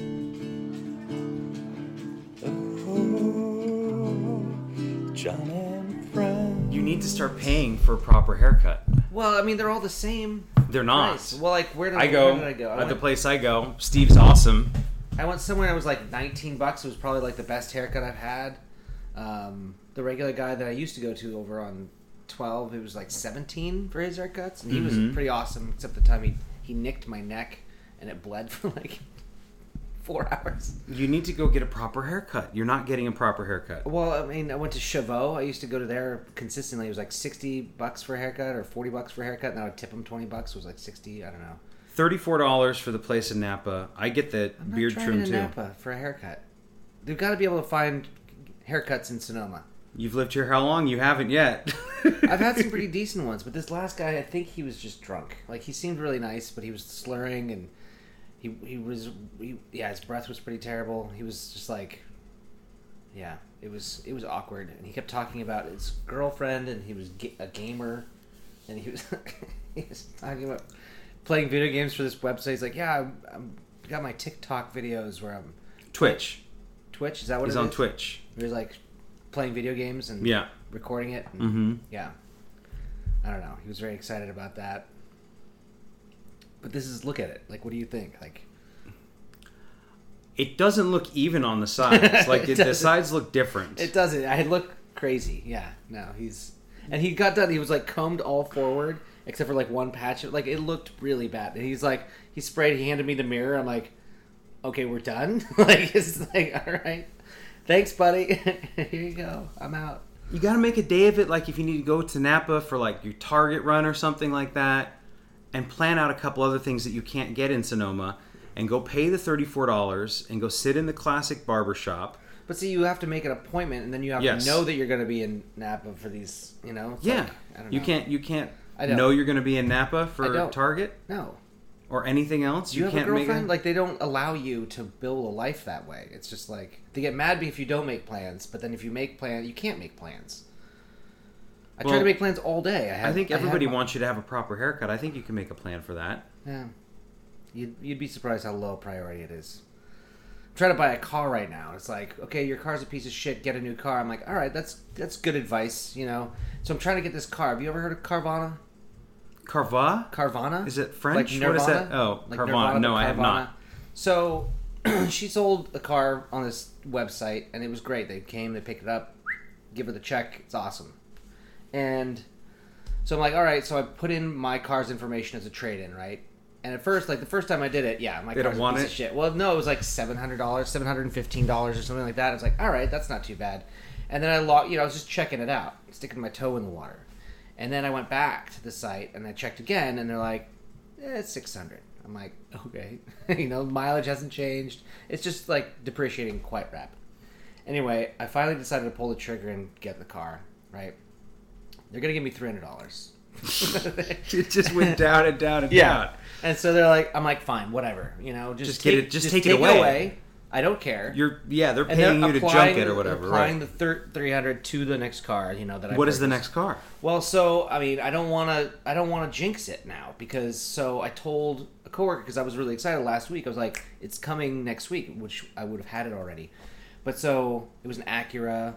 Oh, John and Fran. You need to start paying for a proper haircut. Well, I mean, they're all the same. They're not. price. Well, like where did Ah. I go, Where did I go? I, at went, the place I go. Steve's awesome. I went somewhere. It was like 19 bucks. It was probably like the best haircut I've had. Um, the regular guy that I used to go to over on 12, it was like 17 for his haircuts, and he Mm-hmm. was pretty awesome. Except the time he he nicked my neck and it bled for like four hours. You need to go get a proper haircut. You're not getting a proper haircut. Well, I mean, I went to Chavot. I used to go to there consistently. It was like 60 bucks for a haircut or 40 bucks for a haircut, and I would tip him 20 bucks. It was like 60. I don't know. Thirty-four dollars for the place in Napa. I get the I'm not beard driving trim to too. Napa for a haircut. They've got to be able to find haircuts in Sonoma. You've lived here how long? You haven't yet. I've had some pretty decent ones, but this last guy, I think he was just drunk. Like he seemed really nice, but he was slurring and he he was he, yeah, his breath was pretty terrible. He was just like yeah, it was it was awkward, and he kept talking about his girlfriend, and he was ga- a gamer, and he was he was talking about playing video games for this website. He's like, yeah, I'm, I'm got my TikTok videos where I'm Twitch. Twitch. Is that what He's it on is? Twitch. He was like playing video games and Yeah. recording it. And, Mm-hmm. Yeah, I don't know. He was very excited about that. But this is look at it. Like, what do you think? Like, It doesn't look even on the sides. Like It it, the doesn't. sides look different. it doesn't. I look crazy. Yeah. No, he's and he got done. He was like combed all forward except for like one patch. Like it looked really bad. And he's like he sprayed. He handed me the mirror. I'm like, okay, we're done. like it's like all right. Thanks, buddy. Here you go. I'm out. you got to make a day of it. Like if you need to go to Napa for like your Target run or something like that, and plan out a couple other things that you can't get in Sonoma, and go pay the thirty-four dollars and go sit in the classic barber shop. But see, you have to make an appointment, and then you have Yes. to know that you're going to be in Napa for these. You know, It's Yeah, like, I don't you know. can't. You can't. I don't. know you're going to be in Napa for don't. Target No, or anything else. Do you, have can't a girlfriend? make. Like they don't allow you to build a life that way. It's just like they get mad at me if you don't make plans, but then if you make plans, you can't make plans. I try Well, to make plans all day. I, had, I think had everybody my- wants you to have a proper haircut. I think you can make a plan for that. Yeah, you'd, you'd be surprised how low priority it is. I'm trying to buy a car right now. It's like, okay, your car's a piece of shit. Get a new car. I'm like, all right, that's that's good advice, you know. So I'm trying to get this car. Have you ever heard of Carvana? Carva? Carvana. Is it French? Like What is Nirvana? that? Oh, like Carvana. Nirvana, No, but I have Carvana. not. So she sold a car on this website, and it was great. They came, they picked it up, give her the check. It's awesome. And so I'm like, all right. So I put in my car's information as a trade-in, right? And at first, like the first time I did it, yeah, my They car's don't a want piece it? of shit. Well, no, it was like seven hundred dollars, seven hundred and fifteen dollars, or something like that. I was like, all right, that's not too bad. And then I logged, you know, I was just checking it out, sticking my toe in the water. And then I went back to the site and I checked again, and they're like, eh, it's six hundred. I'm like, okay, you know, mileage hasn't changed. It's just like depreciating quite rapid. Anyway, I finally decided to pull the trigger and get the car. Right? They're gonna give me three hundred dollars. It just went down and down and down. And so they're like, I'm like, fine, whatever, you know, just, Just get take, it- just take it away. I don't care. You're yeah, they're and they're paying you to applying- junk it or they're whatever, Applying right? the thir- 300 to the next car, you know that. I What is the purchased. next car? Well, so I mean, I don't want to, I don't want to jinx it now because so I told a coworker because I was really excited last week. I was like, it's coming next week, which I would have had it already. But so it was an Acura,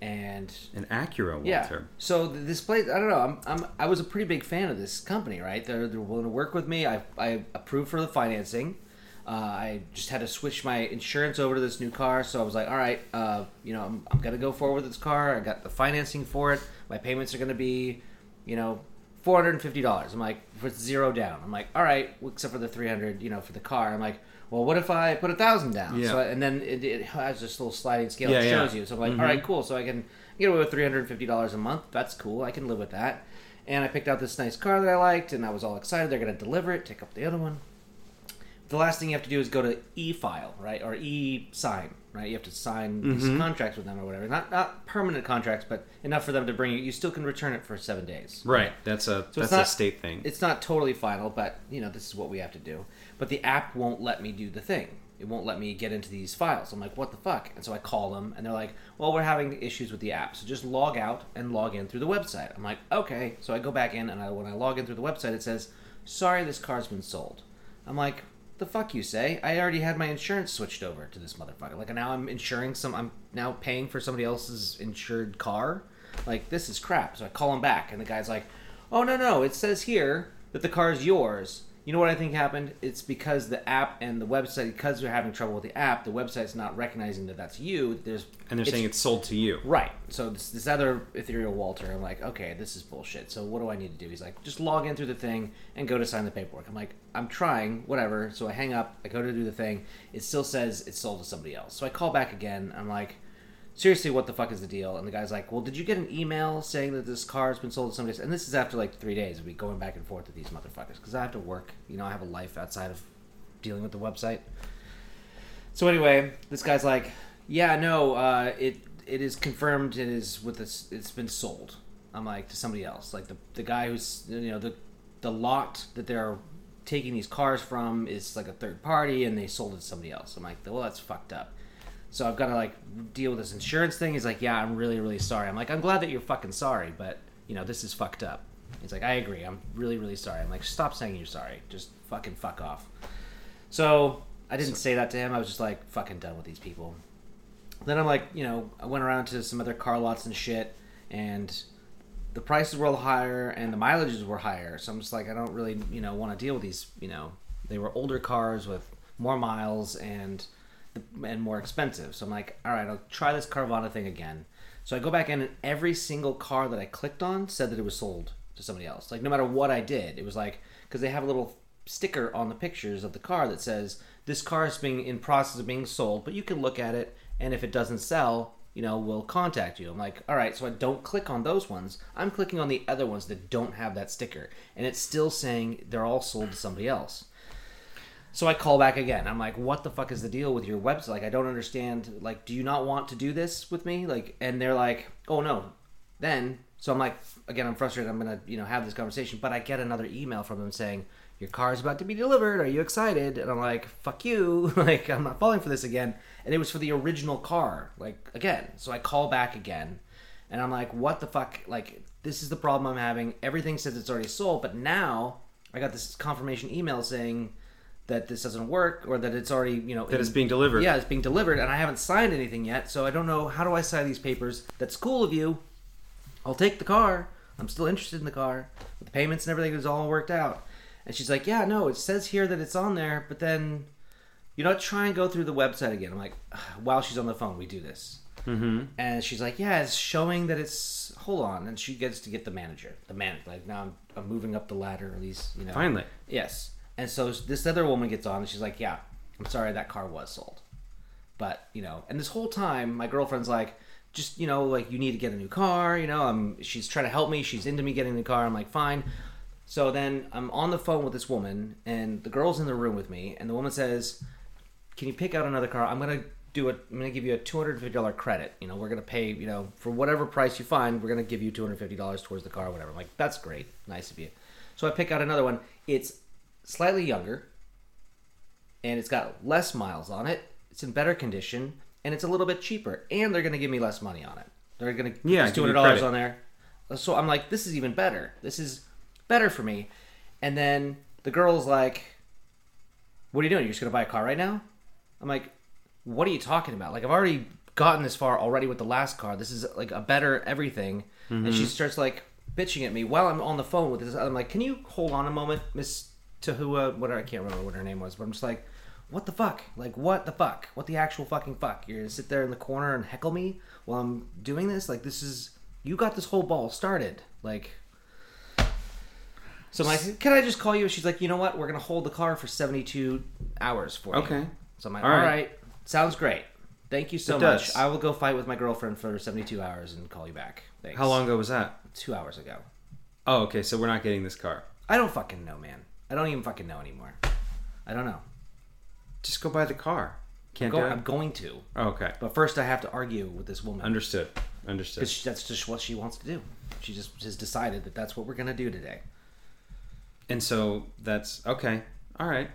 and An Acura, Walter. yeah. So th- this place, I don't know. I'm, I'm I was a pretty big fan of this company, right? They're, they're willing to work with me. I I approved for the financing. Uh, I just had to switch my insurance over to this new car, so I was like, all right, uh, you know, I'm, I'm gonna go forward with this car. I got the financing for it. My payments are gonna be, you know, four hundred and fifty dollars. I'm like, with zero down. I'm like, all right, well, except for the three hundred, you know, for the car. I'm like, well, what if I put a thousand down? Yeah. So I- and then it, it has this little sliding scale Yeah, that yeah. Mm-hmm. shows you. So I'm like, all right, cool. So I can get away with three hundred and fifty dollars a month. That's cool. I can live with that. And I picked out this nice car that I liked, and I was all excited. They're gonna deliver it. Take up the other one. the last thing you have to do is go to e-file, right, or e-sign, right? You have to sign Mm-hmm. these contracts with them or whatever. Not not permanent contracts, but enough for them to bring you. You still can return it for seven days. Right. That's a So it's that's a not- state thing. It's not totally final, but you know this is what we have to do. But the app won't let me do the thing. It won't let me get into these files. I'm like, what the fuck? And so I call them, and they're like, well, we're having issues with the app, so just log out and log in through the website. I'm like, okay. So I go back in, and I, when I log in through the website, it says, sorry, this car's been sold. I'm like, the fuck you say? I already had my insurance switched over to this motherfucker. Like now I'm insuring some. I'm now paying for somebody else's insured car. Like this is crap. So I call him back, and the guy's like, "Oh no no, it says here that the car is yours." You know what I think happened? It's because the app and the website, because they're having trouble with the app, the website's not recognizing that that's you. There's and they're saying it's sold to you. Right. So this, this other ethereal Walter, I'm like, okay, this is bullshit. So what do I need to do? He's like, just log in through the thing and go to sign the paperwork. I'm like, I'm trying, whatever. So I hang up. I go to do the thing. It still says it's sold to somebody else. So I call back again. I'm like, seriously, what the fuck is the deal? And the guy's like, well, did you get an email saying that this car has been sold to somebody else? And this is after like three days of me going back and forth with these motherfuckers because I have to work. You know, I have a life outside of dealing with the website. So anyway, this guy's like, "Yeah, no, uh, it it is confirmed. It is with this. It's been sold." I'm like to somebody else, like the the guy who's you know the the lot that they're taking these cars from is like a third party, and they sold it to somebody else. I'm like, well, that's fucked up. So I've got to like deal with this insurance thing. He's like, "Yeah, I'm really really sorry." I'm like, "I'm glad that you're fucking sorry, but you know this is fucked up." He's like, "I agree. I'm really really sorry." I'm like, "Stop saying you're sorry. Just fucking fuck off." So I didn't say that to him. I was just like fucking done with these people. Then I'm like, you know, I went around to some other car lots and shit, and the prices were a little higher and the mileages were higher. So I'm just like, I don't really, you know, want to deal with these. You know, they were older cars with more miles and and more expensive. So I'm like, all right, I'll try this Carvana thing again. So I go back in, and every single car that I clicked on said that it was sold to somebody else. Like no matter what I did, it was like because they have a little sticker on the pictures of the car that says this car is being in process of being sold, but you can look at it, and if it doesn't sell, you know, we'll contact you. I'm like, all right, so I don't click on those ones. I'm clicking on the other ones that don't have that sticker, and it's still saying they're all sold to somebody else. So I call back again. I'm like, what the fuck is the deal with your website? Like, I don't understand. Like, do you not want to do this with me? Like, and they're like, oh no. Then, so I'm like, again, I'm frustrated. I'm gonna, you know, have this conversation, but I get another email from them saying, your car is about to be delivered. Are you excited? And I'm like, fuck you. like, I'm not falling for this again. And it was for the original car. Like, again. So I call back again. And I'm like, what the fuck? Like, this is the problem I'm having. Everything says it's already sold, but now I got this confirmation email saying that this doesn't work or that it's already, you know, That it's being delivered. Yeah, it's being delivered, and I haven't signed anything yet, so I don't know how do I sign these papers. That's cool of you. I'll take the car. I'm still interested in the car. But the payments and everything is all worked out. And she's like, yeah, no, it says here that it's on there, but then you know, what, try and go through the website again. I'm like, "Ugh, while she's on the phone, we do this. Mm-hmm. And she's like, yeah, it's showing that it's. Hold on, and she gets to get the manager. The manager, like now I'm, I'm moving up the ladder at least. You know, Finally. yes. And so this other woman gets on, and she's like, yeah, I'm sorry, that car was sold, but you know, and this whole time, my girlfriend's like. Just you know, like you need to get a new car. You know, I'm. She's trying to help me. She's into me getting a new car. I'm like, fine. So then I'm on the phone with this woman, and the girl's in the room with me, and the woman says, "Can you pick out another car? I'm gonna do it. I'm gonna give you a two hundred fifty dollar credit. You know, we're gonna pay. You know, for whatever price you find, we're gonna give you two hundred fifty dollars towards the car, whatever." I'm like, "That's great, nice of you." So I pick out another one. It's slightly younger, and it's got less miles on it. It's in better condition, and it's a little bit cheaper, and they're gonna give me less money on it. They're gonna Yeah, two give you hundred dollars credit. on there. So I'm like, this is even better. This is better for me. And then the girl's like, what are you doing? You're just gonna buy a car right now? I'm like, what are you talking about? Like I've already gotten this far already with the last car. This is like a better everything. And she starts like bitching at me while I'm on the phone with this. I'm like, can you hold on a moment, Miss Tahua? What I can't remember what her name was, but I'm just like, what the fuck? Like what the fuck? What the actual fucking fuck? You're gonna sit there in the corner and heckle me while I'm doing this? Like this is you got this whole ball started. Like so I'm like, can I just call you? She's like, you know what? We're gonna hold the car for 72 hours for you. Okay. So I'm like, All all right. right. sounds great. Thank you so It much. does. I will go fight with my girlfriend for 72 hours and call you back. Thanks. How long ago was that? Two hours ago. Oh, okay. So we're not getting this car. I don't fucking know, man. I don't even fucking know anymore. I don't know. Just go buy the car. Can't Go, do it. I'm going to, Oh, okay, but first I have to argue with this woman. understood. Understood. Because that's just what she wants to do. She just has decided that that's what we're gonna do today. And so that's okay. All right.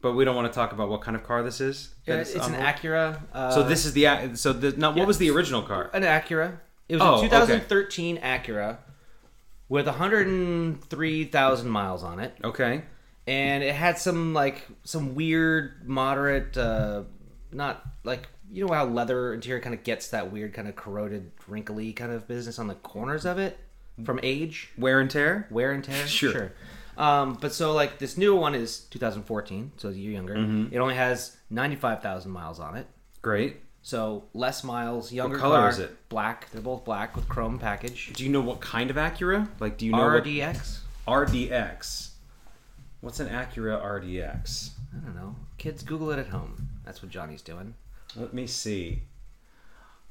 But we don't want to talk about what kind of car this is. that it's on an hold? Acura. Uh, So this is the ac- so the now what was the original car? an Acura. It was Oh, a okay. 2013 Acura with 103,000 miles on it, Okay. and it had some like some weird moderate, uh, not like you know how leather interior kind of gets that weird kind of corroded, wrinkly kind of business on the corners of it from age. Wear and tear. wear and tear. Sure. Um, but so like this newer one is 2014, so you're younger. Mm-hmm. It only has 95,000 miles on it, Great. so less miles. Younger color car, is it? Black. They're both black with chrome package. Do you know what kind of Acura? Like, do you know what- RDX. RDX? What's an Acura RDX? I don't know. Kids, Google it at home. That's what Johnny's doing. Let me see.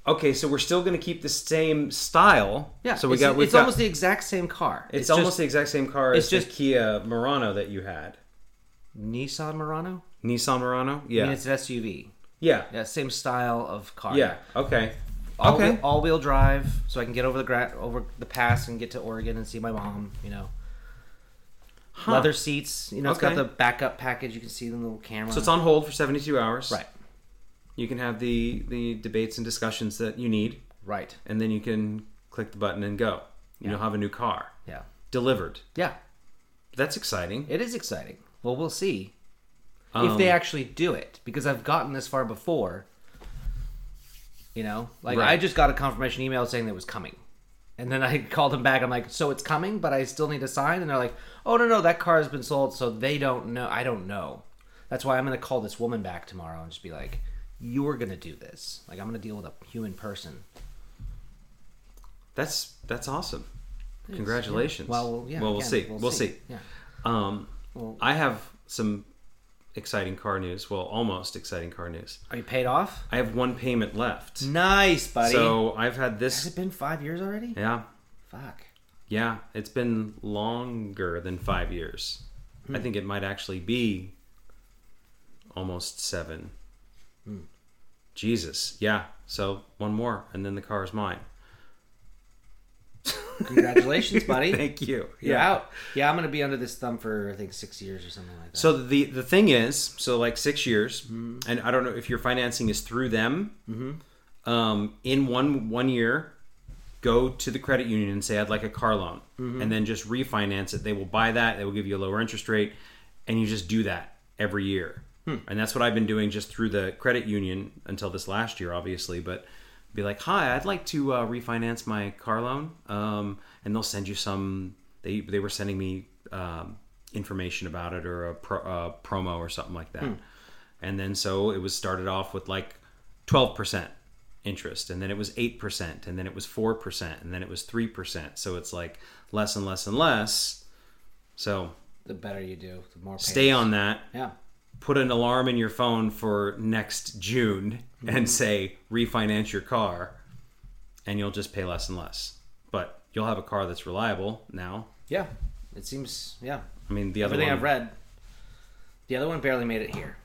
Okay, so we're still going to keep the same style. Yeah. So we it's, got we It's almost the exact same car. it's, almost just the exact same car it's as just, just- Kia Murano that you had. Nissan Murano. Nissan Murano. Yeah. I mean, it's an SUV. yeah. Yeah, same style of car. Yeah. Okay. All okay. Wheel, all wheel drive, so I can get over the gra- over the pass and get to Oregon and see my mom. You know. Leather seats. You know, it's Okay. got the backup package. You can see the little camera. So it's on hold for 72 hours. right, You can have the the debates and discussions that you need, right. and then you can click the button and go. You'll have a new car Yeah, delivered. yeah. That's exciting. It is exciting. Well, we'll see if Um, they actually do it because I've gotten this far before. You know, like I Right. just got a confirmation email saying that it was coming. And then I called them back. I'm like, so it's coming, but I still need to sign. And they're like, oh, no, no, that car has been sold. So they don't know. I don't know. That's why I'm going to call this woman back tomorrow and just be like, you're going to do this. Like, I'm going to deal with a human person. That's that's awesome. Congratulations. Well, yeah. Well, we'll again, see. We'll, see. Yeah. Um, Well- I have some exciting car news. Well, almost exciting car news. Are you paid off? I have one payment left. Nice, Mm, buddy. So I've had Has this. it been five years already? Yeah. Fuck. Yeah, it's been longer than five years. Hmm. I think it might actually be almost seven. Hmm. Jesus. Yeah. So one more, and then the car is mine. Congratulations, buddy. Thank you. You're out. Yeah, I'm gonna be under this thumb for I think six years or something like that. So the the thing is, so like six years, and I don't know if your financing is through them. Um, in one one year, go to the credit union and say I'd like a car loan, and then just refinance it. They will buy that. They will give you a lower interest rate, and you just do that every year. And that's what I've been doing just through the credit union until this last year, obviously. But be like, hi, I'd like to uh, refinance my car loan, um, and they'll send you some. They they were sending me um, information about it or a pro, uh, promo or something like that. And then so it was started off with like twelve percent interest and then it was 8% and then it was 4% and then it was 3% so it's like less and less and less so the better you do, the more. stay on that Yeah. put an alarm in your phone for next june Mm-hmm. and say refinance your car and you'll just pay less and less but you'll have a car that's reliable now Yeah. It seems. Yeah. i mean the other Everything one I've read. The other one barely made it here.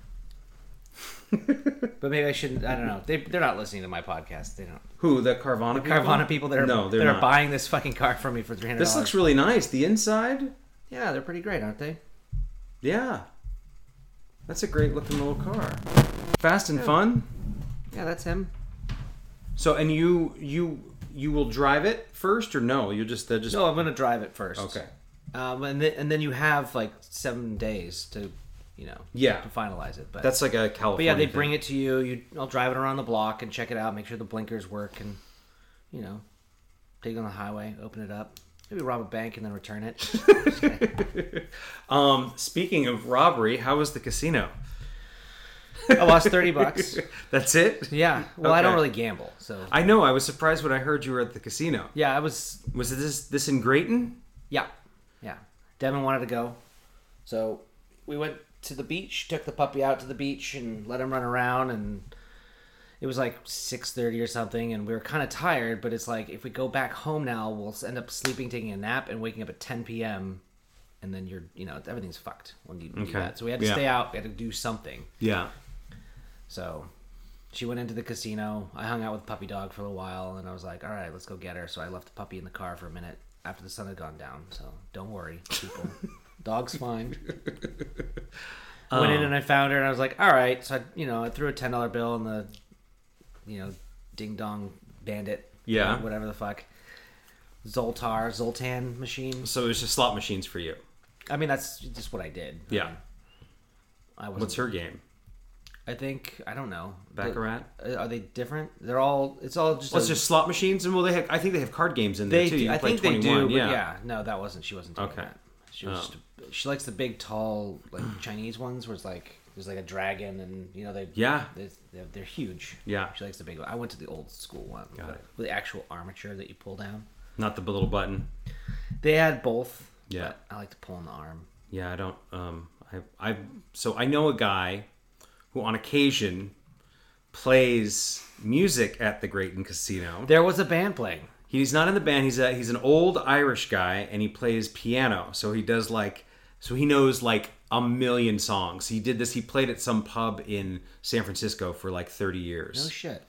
but maybe I shouldn't. I don't know. They they're not listening to my podcast. They don't. who the carvana people? Carvana people that are no they're that are not. buying this fucking car from me for three hundred. this looks really nice the inside Yeah, they're pretty great, aren't they? yeah that's a great looking little car fast and fun Yeah, that's him. So and you you you will drive it first or no? You just that just No, I'm gonna drive it first. okay. Um, and then and then you have like seven days to, you know, Yeah. to finalize it. But That's like a California. But yeah, they thing. bring it to you. You, I'll drive it around the block and check it out. Make sure the blinkers work, and you know, take it on the highway, open it up, maybe rob a bank and then return it. Um, speaking of robbery, how was the casino? I lost thirty bucks. That's it. Yeah. Well, I don't Okay. really gamble, so I know. I was surprised when I heard you were at the casino. yeah, I was. Was it this this in Grayton? Yeah, yeah. Devin wanted to go, so we went to the beach. Took the puppy out to the beach and let him run around and. It was like six thirty or something, and we were kind of tired. But it's like if we go back home now, we'll end up sleeping, taking a nap, and waking up at ten p.m. and then you're you know everything's fucked when you do Okay. that. So we had to Yeah. stay out. We had to do something. Yeah. So she went into the casino. I hung out with Puppy Dog for a little while, and I was like, all right, let's go get her. So I left the puppy in the car for a minute after the sun had gone down. So don't worry, people. Dog's fine. Went Um, in and I found her, and I was like, all right. So I, you know, I threw a ten dollar bill in the, you know, ding dong bandit. Yeah. Whatever the fuck. Zoltar, Zoltan machine. So it's just slot machines for you. I mean, that's just what I did. Yeah. I was. What's her game? I think I don't know. Baccarat? The- uh, are they different? They're all. It's all just. Well, it's a- just slot machines, and well, they have. I think they have card games in there They. too. do- You I can play think they do. 21, But yeah. No, that wasn't. She wasn't. Doing Okay. Oh. That. She was. Just, she likes the big, tall, like Chinese ones, where it's like there's like a dragon, and you know they. Yeah. They, they're, they're huge. Yeah. She likes the big one. I went to the old school one. Got with- it. With the actual armature that you pull down. Not the little button. They had both. Yeah. but I like to pull in the arm. Yeah, I don't. Um, I, I, so I know a guy who, on occasion, plays music at the Great and Casino. There was a band playing. He's not in the band. He's a, he's an old Irish guy, and he plays piano. So he does like, so he knows like a million songs. He did this. He played at some pub in San Francisco for like thirty years. No shit.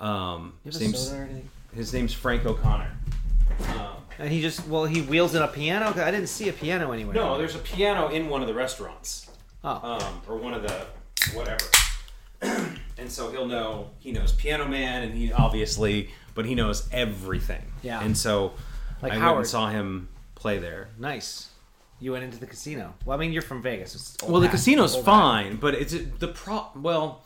um, You his have a name's, soda or anything? his name's Frank O'Connor. And he just well he wheels in a piano. 'Cause I didn't see a piano anywhere. No, there's a piano in one of the restaurants. Oh. um, or one of the whatever. and so he'll know he knows Piano Man, and he obviously, but he knows everything. Yeah. And so Like I went Howard. and saw him play there. Nice. You went into the casino. Well, I mean, you're from Vegas. It's old Well, the hat. casino's Old hat. fine, but it's the pro. Well,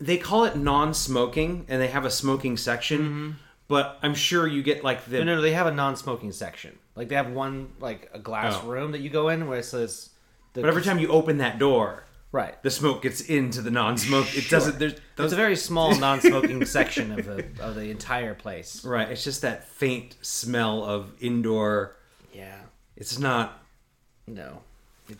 they call it non-smoking, and they have a smoking section. But I'm sure you get like the Mm-hmm. No, no, no, they have a non-smoking section. Like they have one like a glass Oh. room that you go in where it says. The But every time you open that door, Right. the smoke gets into the non-smoke. It Sure. doesn't. There's, It's a very small non-smoking section of the of the entire place. right. It's just that faint smell of indoor. Yeah. It's not No.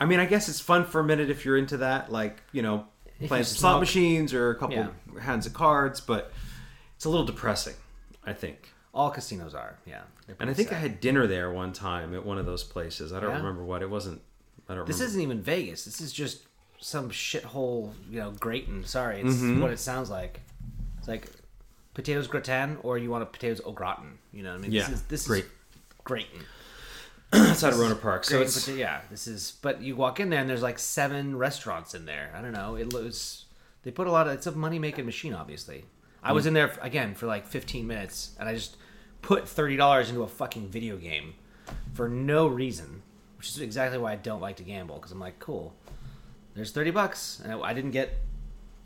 I mean, I guess it's fun for a minute if you're into that, like you know, playing you some slot smoke. machines or a couple Yeah. hands of cards. But it's a little depressing, I think. All casinos are. Yeah. They're And pretty I think sad. I had dinner there one time at one of those places. I don't Yeah? remember what it wasn't. I don't. This remember. isn't even Vegas. This is just some shithole, you know, gratin. Sorry, it's Mm-hmm. what it sounds like. It's like potatoes gratin, or you want a potatoes au gratin. You know what I mean? Yeah, This is this great. is gratin. outside of Rona Park, so Gratin it's pota- yeah, this is. But you walk in there, and there's like seven restaurants in there. I don't know. It looks. They put a lot of. It's a money making machine, obviously. I Mm. was in there again for like 15 minutes, and I just put thirty dollars into a fucking video game for no reason, which is exactly why I don't like to gamble. Because I'm like, cool, there's thirty bucks, and I, I didn't get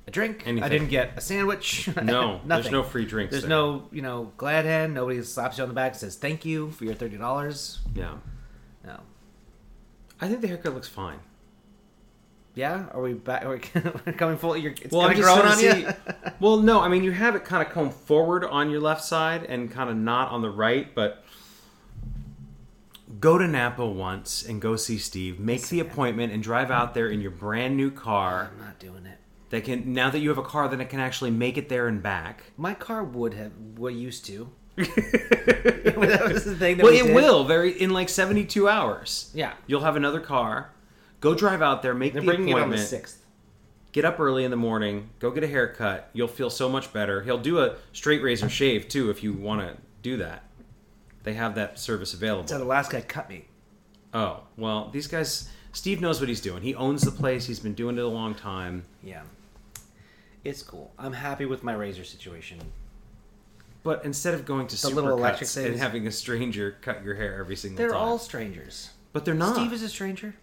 a drink. I Anything. didn't get a sandwich. no. There's nothing. no free drinks. There's there. no, you know, glad hand. Nobody slaps you on the back and says thank you for your thirty dollars. Yeah. No, I think the haircut looks fine. Yeah, are we back? Are we we're coming full? You're, it's Well, I'm kind of just growing trying on to you. see. well, no, I mean you have it kind of combed forward on your left side and kind of not on the right, but go to Napa once and go see Steve. Make the appointment and drive out there in your brand new car I'm not doing it. that can now that you have a car that it can actually make it there and back. My car would have. What used to. that was the thing. That Well, we it did. will very in like 72 hours. Yeah. You'll have another car. Go drive out there, make They're the bringing it on the appointment. sixth. get up early in the morning, go get a haircut. You'll feel so much better. He'll do a straight razor shave too if you want to do that. They have that service So available. the last guy cut me. Oh, well, these guys Steve knows what he's doing. He owns the place. He's been doing it a long time. Yeah, it's cool. I'm happy with my razor situation. But instead of going to The little electric Supercuts and things. having a stranger cut your hair every single They're time. all strangers. but they're not. Steve is a stranger.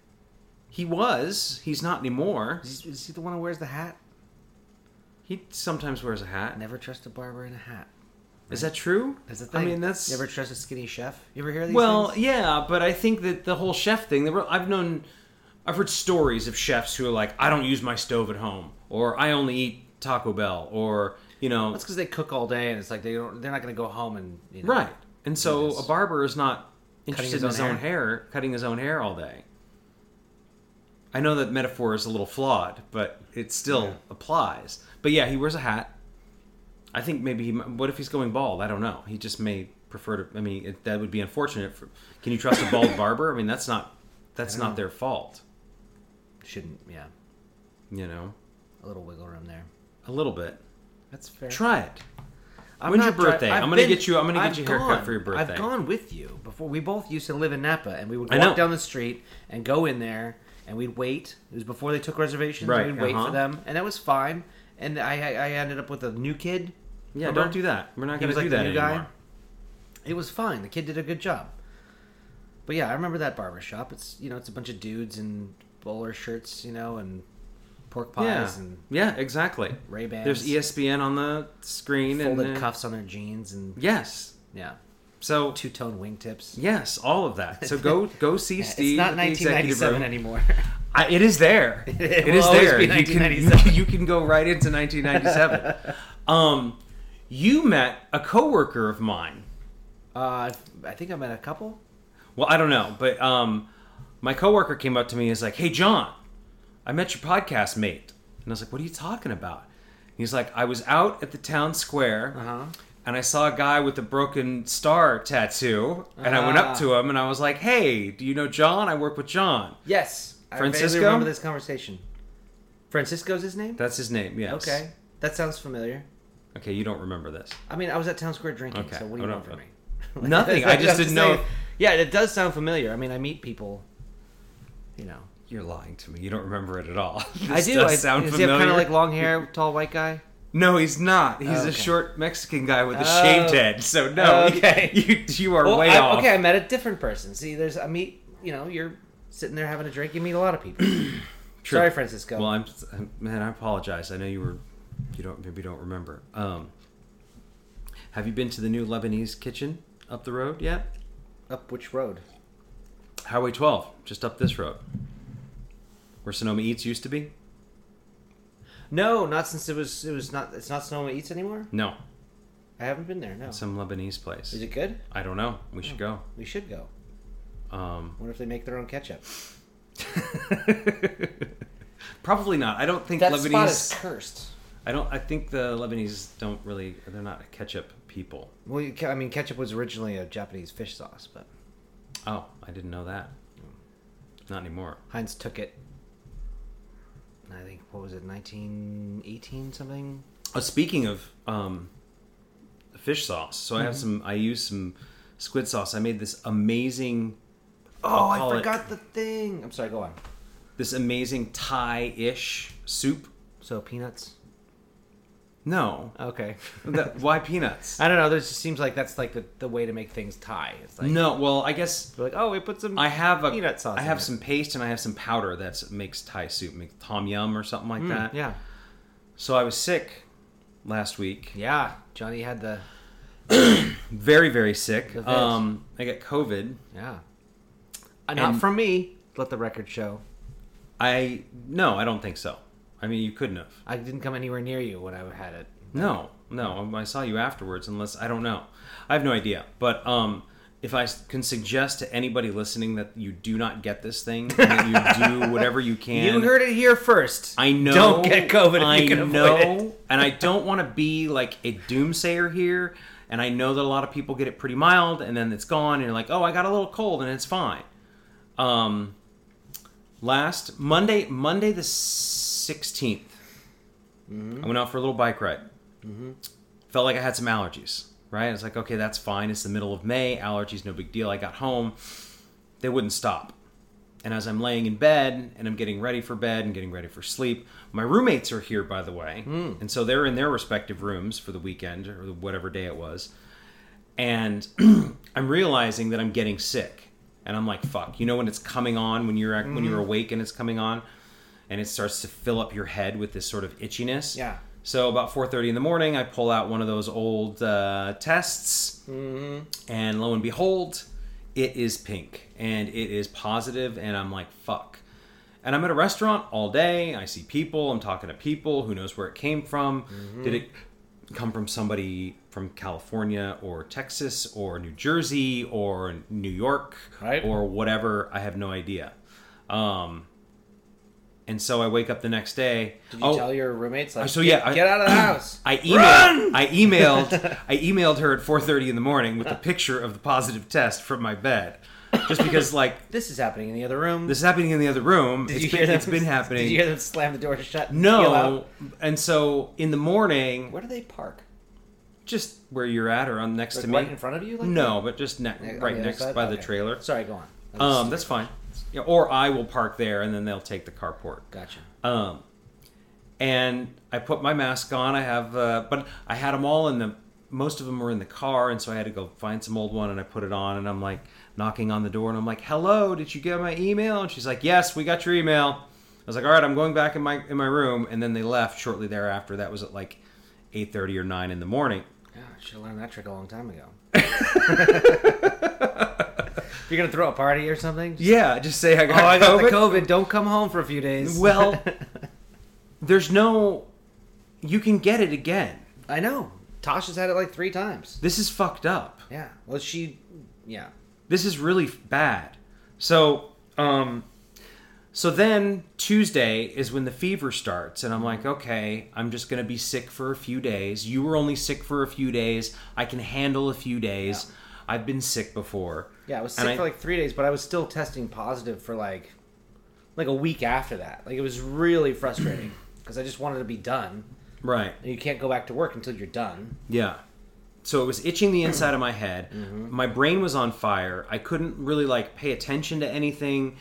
he was. He's not anymore. Is, is he the one who wears the hat? He sometimes wears a hat. Never trust a barber in a hat. Is that true? That's the thing. I mean, that's never trust a skinny chef. You ever hear these? Well, things? yeah, but I think that the whole chef thing. there were- I've known, I've heard stories of chefs who are like, I don't use my stove at home, or I only eat Taco Bell, or you know, that's because they cook all day, and it's like they don't. They're not going to go home and you know, right. And so Yes. a barber is not interested his in own his own hair. cutting his own hair all day. I know that metaphor is a little flawed, but it still Yeah. applies. But yeah, he wears a hat. I think maybe he. m- What if he's going bald? I don't know. He just may prefer to. I mean, it, that would be unfortunate. For, can you trust a bald barber? I mean, that's not. That's not their fault. Shouldn't. Yeah. You know. a little wiggle room there. A little bit. That's fair. Try it. I'm When's your not dri- birthday? I've I'm gonna been- get you- I'm gonna get I've you a haircut gone- for your birthday. I've gone with you before. We both used to live in Napa, and we would I know. walk down the street and go in there, and we'd wait. It was before they took reservations. Right, We'd wait uh-huh. for them, and that was fine. And I, I, I ended up with a new kid. Yeah, Remember? don't do that. We're not He going was to like do the that new anymore. guy. It was fine. The kid did a good job. But yeah, I remember that barber shop. It's you know, it's a bunch of dudes in bowler shirts, you know, and pork Yeah. pies and yeah, exactly. Ray-Bans. There's E ESPN on the screen folded and uh, cuffs on their jeans and Yes. yeah, So two tone wingtips. yes, all of that. So go go see it's Steve. not at the executive 1997 room. anymore. I, it is there. It it will is always there. be You can, you, 1997. you can go right into 1997. um, you met a coworker of mine. uh, I think I met a couple. Well, I don't know, but um, my coworker came up to me. and He's like, "Hey, John, I met your podcast mate," and I was like, "What are you talking about?" And he's like, "I was out at the town square, Uh-huh. and I saw a guy with a broken star tattoo, and I went up Ah. to him and I was like, "Hey, do you know John? I work with John. Yes, I vaguely Francisco? remember this conversation. Francisco's his name. That's his name." Yes. Okay, that sounds familiar. Okay, you don't remember this. I mean, I was at Town Square drinking, Okay, so what do you I want don't- from me? Nothing, I just didn't know- Yeah, it does sound familiar. I mean, I meet people. You know, You're lying to me. You don't remember it at all. I This do. does I, sound does he familiar. have kind of like long hair, tall white guy? No, he's not. He's okay. a short Mexican guy with a Oh. shaved head. So no, Okay. you you are Well, way I, off. Okay, I met a different person. See, there's I meet. You know, you're sitting there having a drink. You meet a lot of people. True. Sorry, Francisco. Well, I'm, I'm man. I apologize. I know you were you don't maybe don't remember. Um, have you been to the new Lebanese kitchen up the road yet? Up which road? Highway 12, just up this road, where Sonoma Eats used to be. No, not since it was. It was not. It's not Sonoma Eats anymore. No, I haven't been there. No. some Lebanese place. Oh. Is it Oh. good? I don't know. We should go. We should go. Um, Wonder if they make their own ketchup. probably not. I don't think That Lebanese. spot is cursed. I don't. I think the Lebanese don't really. They're not a ketchup people. Well, you, ca- I mean, ketchup was originally a Japanese fish sauce, but Oh, I didn't know that. Not anymore. Heinz took it. And I think what was it, 1918 something? Uh, speaking of um, fish sauce, so Mm-hmm. I have some. I use some squid sauce. I made this amazing, Oh, I call it- forgot the thing. I'm sorry. Go on. this amazing Thai-ish soup. So peanuts. No, Okay. That- why peanuts? I don't know. This just seems like that's like the, the way to make things Thai. It's like No, well, I guess like oh, we put some. I have a peanut sauce. I in have it. some paste and I have some powder that makes Thai soup, make tom yum or something like Mm, that. Yeah, So I was sick last week, yeah. Johnny had the very very sick. The vid. Um, I got COVID. yeah. Uh, Not And- from me. Let the record show. I no, I don't think so. I mean, you couldn't have. I didn't come anywhere near you when I had it. No, no. um, I saw you afterwards, unless I don't know. I have no idea. But um, if I s- can suggest to anybody listening that you do not get this thing, and that you do whatever you can. you heard it here first. I know. Don't get COVID if I you can avoid know, it. and I don't want to be like a doomsayer here. And I know that a lot of people get it pretty mild, and then it's gone. And you're like, oh, I got a little cold, and it's fine. Um, last Monday, Monday the 16th Mm-hmm. I went out for a little bike ride. Felt like I had some allergies. Right? It's like, okay, that's fine. It's the middle of May. Allergies, no big deal. I got home. They wouldn't stop. And as I'm laying in bed and I'm getting ready for bed and getting ready for sleep, my roommates are here, by the way. And so they're in their respective rooms for the weekend or whatever day it was. And I'm realizing that I'm getting sick. And I'm like, fuck. You know when it's coming on, when you're when you're awake and it's coming on, and it starts to fill up your head with this sort of itchiness. Yeah. So about 4:30 in the morning, I pull out one of those old uh, tests, and lo and behold, it is pink and it is positive, and I'm like, fuck. And I'm at a restaurant all day. I see people. I'm talking to people. Who knows where it came from? Mm-hmm. Did it come from somebody from California or Texas or New Jersey or New York Right. or whatever? I have no idea. Um, and so I wake up the next day. Did you tell your roommates like Oh. so get, yeah, I- get out of the house? I emailed. I emailed. I emailed her at 4:30 in the morning with a picture of the positive test from my bed. just because like This is happening in the other room. this is happening in the other room. Did It's you been, hear them- it's been happening. Did you hear them slam the door shut? and peel no, out? and so in the morning, Where do they park? just where you're at or on next Like to me. right in front of you? Like no, but just ne- that? On right the other next side? by the Okay. trailer. Sorry, go on. That was Um, that's fine. Yeah, or I will park there, and then they'll take the carport. Gotcha. Um, and I put my mask on. I have, uh, but I had them all in the. Most of them were in the car, and so I had to go find some old one, and I put it on, and I'm like knocking on the door, and I'm like, "Hello, did you get my email?" And she's like, "Yes, we got your email." I was like, "All right, I'm going back in my in my room," and then they left shortly thereafter. That was at like eight thirty or nine in the morning. Yeah, I should have learned that trick a long time ago. if you're gonna throw a party or something, just, Yeah, just say I got, oh, I got COVID. the COVID. Don't come home for a few days. Well, there's no. You can get it again. I know Tasha's had it like three times. This is fucked up. Yeah. Well, she. Yeah. This is really f- bad. So, um, so then Tuesday is when the fever starts, and I'm like, okay, I'm just gonna be sick for a few days. You were only sick for a few days. I can handle a few days. I've been sick before. Yeah, I was And sick for like three days, but I was still testing positive for like, like a week after that. Like it was really frustrating because I just wanted to be done, right. and you can't go back to work until you're done. Yeah. So it was itching the inside of my head. My brain was on fire. I couldn't really like pay attention to anything.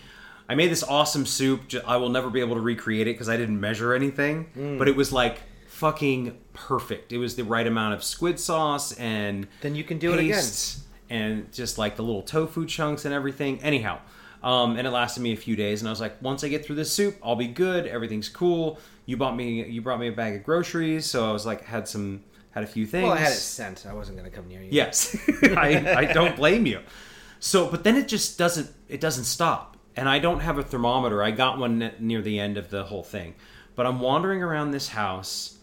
I made this awesome soup. J- I will never be able to recreate it because I didn't measure anything, but it was like fucking perfect. It was the right amount of squid sauce and Then you can do it again. pastes and just like the little tofu chunks and everything. Anyhow, um, and it lasted me a few days, and I was like, once I get through this soup, I'll be good. Everything's cool. You bought me, you brought me a bag of groceries, so I was like, had some, had a few things. Well, I had it sent. I wasn't gonna come near you. Yes, I, I don't blame you. So, but then it just doesn't it doesn't stop, and I don't have a thermometer. I got one ne- near the end of the whole thing, but I'm wandering around this house.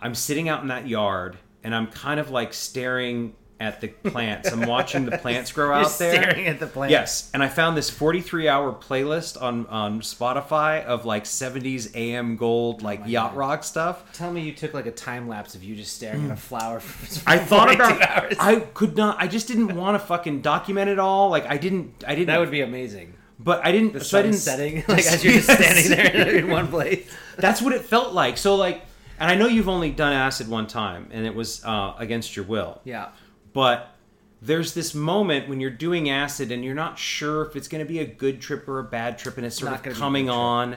I'm sitting out in that yard, and I'm kind of like staring at the plants. I'm watching the plants grow You're out there. staring at the plant. Yes, and I found this 43 hour playlist on on Spotify of like 70s AM gold like yacht Oh God. rock stuff. Tell me you took like a time lapse of you just staring at a flower for Mm. I thought 42 about hours. I could not. I just didn't want to fucking document it all. Like I didn't. I didn't. that would be amazing. but I didn't. The so I sun didn't setting, like as you're just Yes. standing there in one place. That's what it felt like. So like, and I know you've only done acid one time, and it was uh, against your will. Yeah. But there's this moment when you're doing acid and you're not sure if it's going to be a good trip or a bad trip, and it's sort Not of gonna be a coming good trip. on.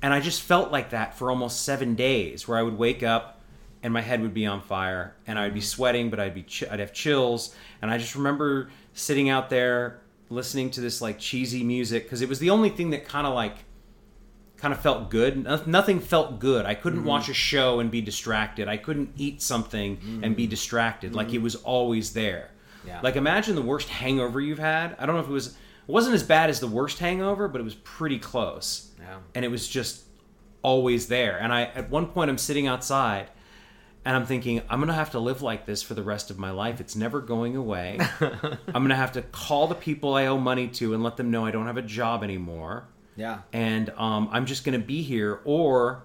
And I just felt like that for almost seven days, where I would wake up and my head would be on fire, and Mm-hmm. I'd be sweating, but I'd be chi- I'd have chills, and I just remember sitting out there listening to this like cheesy music because it was the only thing that kind of like kind of felt good. No- Nothing felt good. I couldn't Mm-hmm. watch a show and be distracted. I couldn't eat something and be distracted. Like it was always there. Mm. Mm-hmm. Yeah. Like imagine the worst hangover you've had. I don't know if it was it wasn't as bad as the worst hangover, but it was pretty close. Yeah. And it was just always there. And I at one point I'm sitting outside and I'm thinking I'm going to have to live like this for the rest of my life. It's never going away. I'm going to have to call the people I owe money to and let them know I don't have a job anymore Yeah. and um, I'm just going to be here, or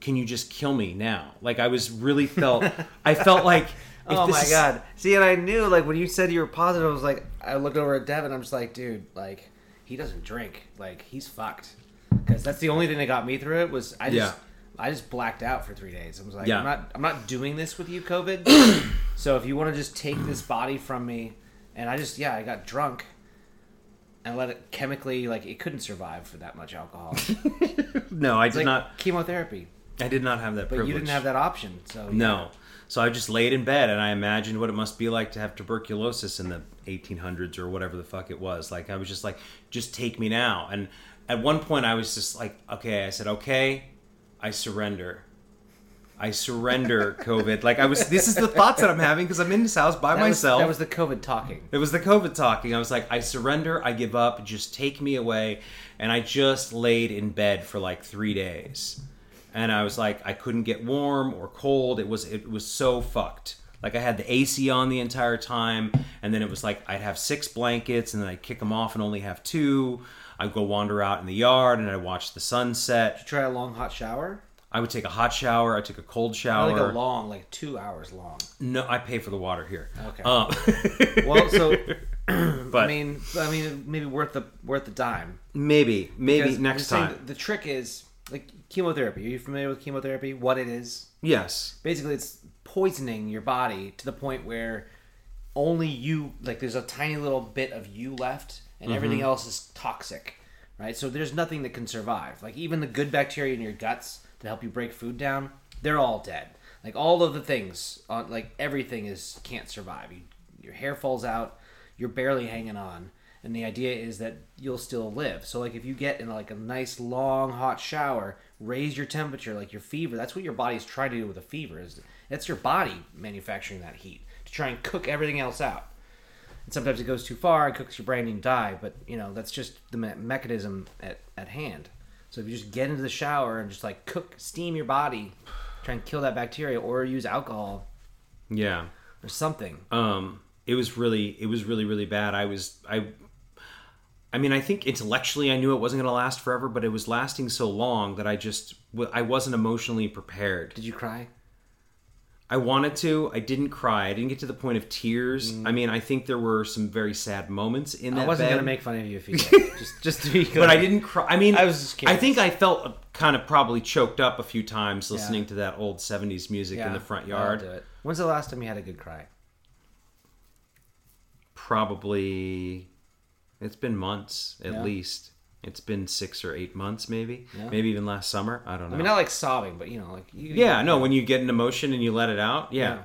can you just kill me now? Like I was really felt, I felt like, if oh this my is- god. See, and I knew like when you said you were positive, I was like, I looked over at Devin. I'm just like, dude, like he doesn't drink. Like he's fucked. Because that's the only thing that got me through it was I just Yeah. I just blacked out for three days. I was like, Yeah. I'm not I'm not doing this with you, COVID. so if you want to just take this body from me, and I just yeah, I got drunk. And let it chemically like it couldn't survive for that much alcohol. It's no, I did like not, chemotherapy, I did not have that but privilege. you didn't have that option. So No, so I just laid in bed and I imagined what it must be like to have tuberculosis in the 1800s or whatever the fuck it was. Like I was just like, just take me now. And at one point, I was just like, okay, I said, okay, I surrender. I surrender, COVID. Like I was. This is the thoughts that I'm having because I'm in this house by that was- myself. that was the COVID talking. It was the COVID talking. I was like, I surrender, I give up, just take me away. And I just laid in bed for like three days. And I was like, I couldn't get warm or cold. It was it was so fucked. Like I had the AC on the entire time, and then it was like I'd have six blankets, and then I'd kick them off and only have two. I'd go wander out in the yard and I'd watch the sunset. Try a long hot shower. I would take a hot shower. I took a cold shower. Like a long, like two hours long. no, I pay for the water here. Okay. Um, Well, so but I mean, I mean, maybe worth the worth the dime. maybe, maybe Because next I'm saying time. The, the trick is like chemotherapy. Are you familiar with chemotherapy? What it is? yes. Basically, it's poisoning your body to the point where only you like there's a tiny little bit of you left, and everything else is toxic, right? So there's nothing that can survive. Like even the good bacteria in your guts to help you break food down, they're all dead. Like all of the things, on like everything is can't survive. You, your hair falls out, you're barely hanging on and the idea is that you'll still live so like if you get in like a nice long hot shower raise your temperature like your fever that's what your body's trying to do with a fever is that's your body manufacturing that heat to try and cook everything else out and sometimes it goes too far it cooks your brain and you die but you know that's just the me- mechanism at, at hand so if you just get into the shower and just like cook steam your body try and kill that bacteria or use alcohol Yeah. or something um it was really it was really really bad i was i i mean i think intellectually i knew it wasn't going to last forever but it was lasting so long that i just w- i wasn't emotionally prepared did you cry i wanted to i didn't cry i didn't get to the point of tears i mean i think there were some very sad moments in that Mm. i wasn't bed, gonna make fun of you if you did just just to be clear but i didn't cry i mean I was just i curious. think i felt kind of probably choked up a few times listening to that old 70s music in the front that'll yard do it. When's the last time you had a good cry? probably it's been months at Yeah. least it's been six or eight months maybe Yeah. maybe even last summer i don't know I mean, not like sobbing, but you know, like you, yeah no when you get an emotion and you let it out yeah. Yeah.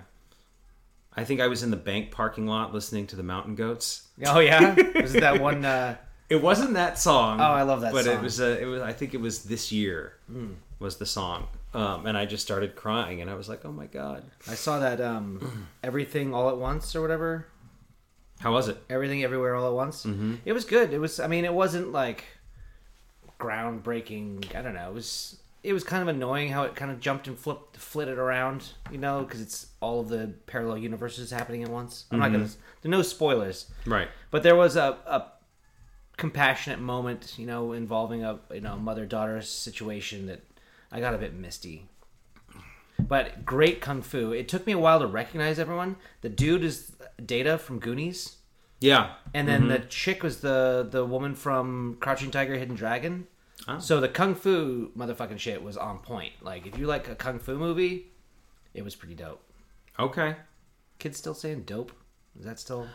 i think i was in the bank parking lot listening to the mountain goats Oh yeah, was it that one? Uh, it wasn't that song Oh, I love that but it song. Hmm. was a, it was i think it was this year was the song um, and i just started crying and i was like oh my god I saw that um, everything all at once or whatever. how was it Everything everywhere all at once. Mm-hmm. It was good. It was. I mean, it wasn't like groundbreaking. I don't know. It was. It was kind of annoying how it kind of jumped and flipped, flitted around, you know, because it's all of the parallel universes happening at once. I'm Mm-hmm. not gonna. There are no spoilers. right But there was a, a compassionate moment, you know, involving a you know mother daughter situation that I got a bit misty. But great kung fu. It took me a while to recognize everyone. The dude is Data from Goonies, yeah and then the chick was the the woman from Crouching Tiger, Hidden Dragon. So the kung fu motherfucking shit was on point. Like if you like a kung fu movie, it was pretty dope. okay Kids still saying dope? Is that still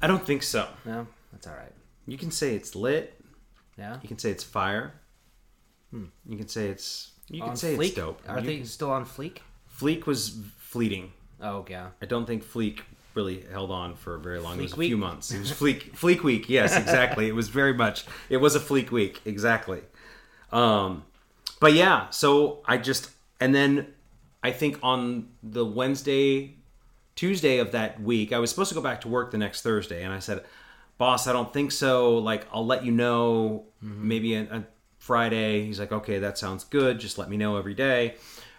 i don't think so no? That's all right. you can say it's lit Yeah. You can say it's fire. Hmm. You can say it's. You can On say fleek? it's dope. Are You- they still on fleek? Fleek was fleeting. Oh yeah. I don't think Fleek really held on for very long. it was Fleek a few week? months. It was Fleek Fleek week. Yes, exactly. it was very much. It was a Fleek week. Exactly. Um, but yeah. So I just and then I think on the Wednesday, Tuesday of that week, I was supposed to go back to work the next Thursday, and I said, "Boss, I don't think so. Like, I'll let you know maybe on on Friday." He's like, "Okay, that sounds good. Just let me know every day."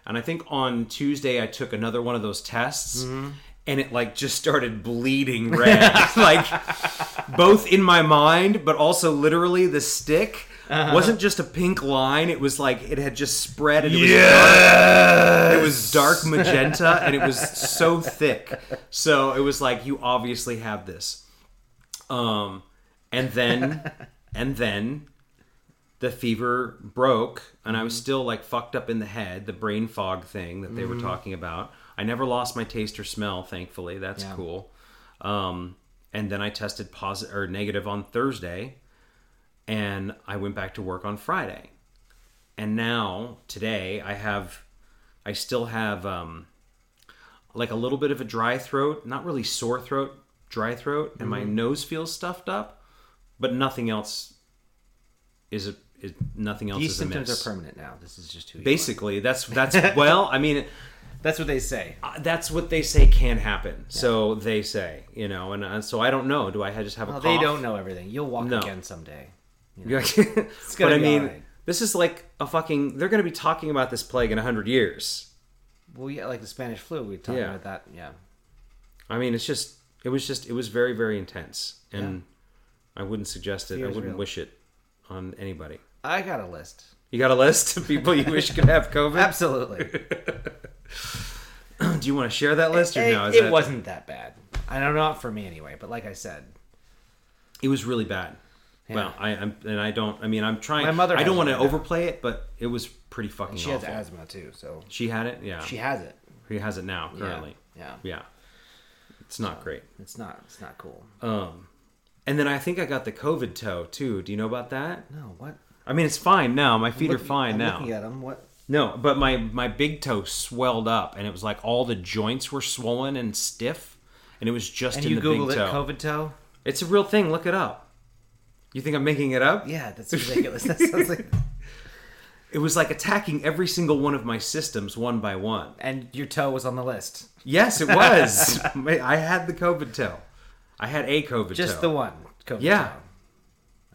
And I think on Tuesday I took another one of those tests, and it like just started bleeding red, like both in my mind, but also literally the stick. Wasn't just a pink line; it was like it had just spread. And it was it was dark magenta and it was so thick. So it was like you obviously have this. Um and then and then the fever broke and I was still like fucked up in the head, the brain fog thing that they were talking about. I never lost my taste or smell, thankfully. That's Yeah. cool. Um and then I tested positive or negative on Thursday and I went back to work on Friday. And now today I have I still have um like a little bit of a dry throat, not really sore throat, dry throat, and Mm-hmm. my nose feels stuffed up, but nothing else is a, is nothing else These is amiss. symptoms are permanent now. This is just who. you Basically, that's that's well, I mean are. that's what they say. uh, that's what they say can happen. So they say, you know, and uh, so I don't know. Do I ha- just have a Well, cough? they don't know everything. You'll walk No. again someday. Yeah. gonna but I be mean, alright. this is like a fucking. They're going to be talking about this plague in hundred years. Well, yeah, like the Spanish flu. We talked Yeah. about that. Yeah. I mean, it's just. It was just. It was very, very intense, and I wouldn't suggest it. Fear I is wouldn't real. wish it on anybody. I got a list. You got a list of people you wish could have COVID? Absolutely. Do you want to share that list or it, no? Is it that- wasn't that bad. I don't know, not for me anyway. But like I said, It was really bad. Well, I, I'm and I don't. I mean, I'm trying. My mother I don't has want to it. overplay it, but it was pretty fucking she awful. has asthma too, so she had it. Yeah. she has it. He has it now currently. Yeah. Yeah. It's not great. Um, It's not. It's not cool. Oh. And then I think I got the COVID toe too. Do you know about that? no. What? I mean, it's fine now. My feet are Look- fine I'm now. Looking at 'em, What? No, but my my big toe swelled up, and it was like all the joints were swollen and stiff, and it was just And in you the googled big it, toe. COVID toe. It's a real thing. Look it up. You think I'm making it up? Yeah, that's ridiculous. that sounds like. It was like attacking every single one of my systems one by one. And your toe was on the list. Yes, it was. I had the COVID toe. I had a COVID Just toe. the one. COVID Yeah. toe.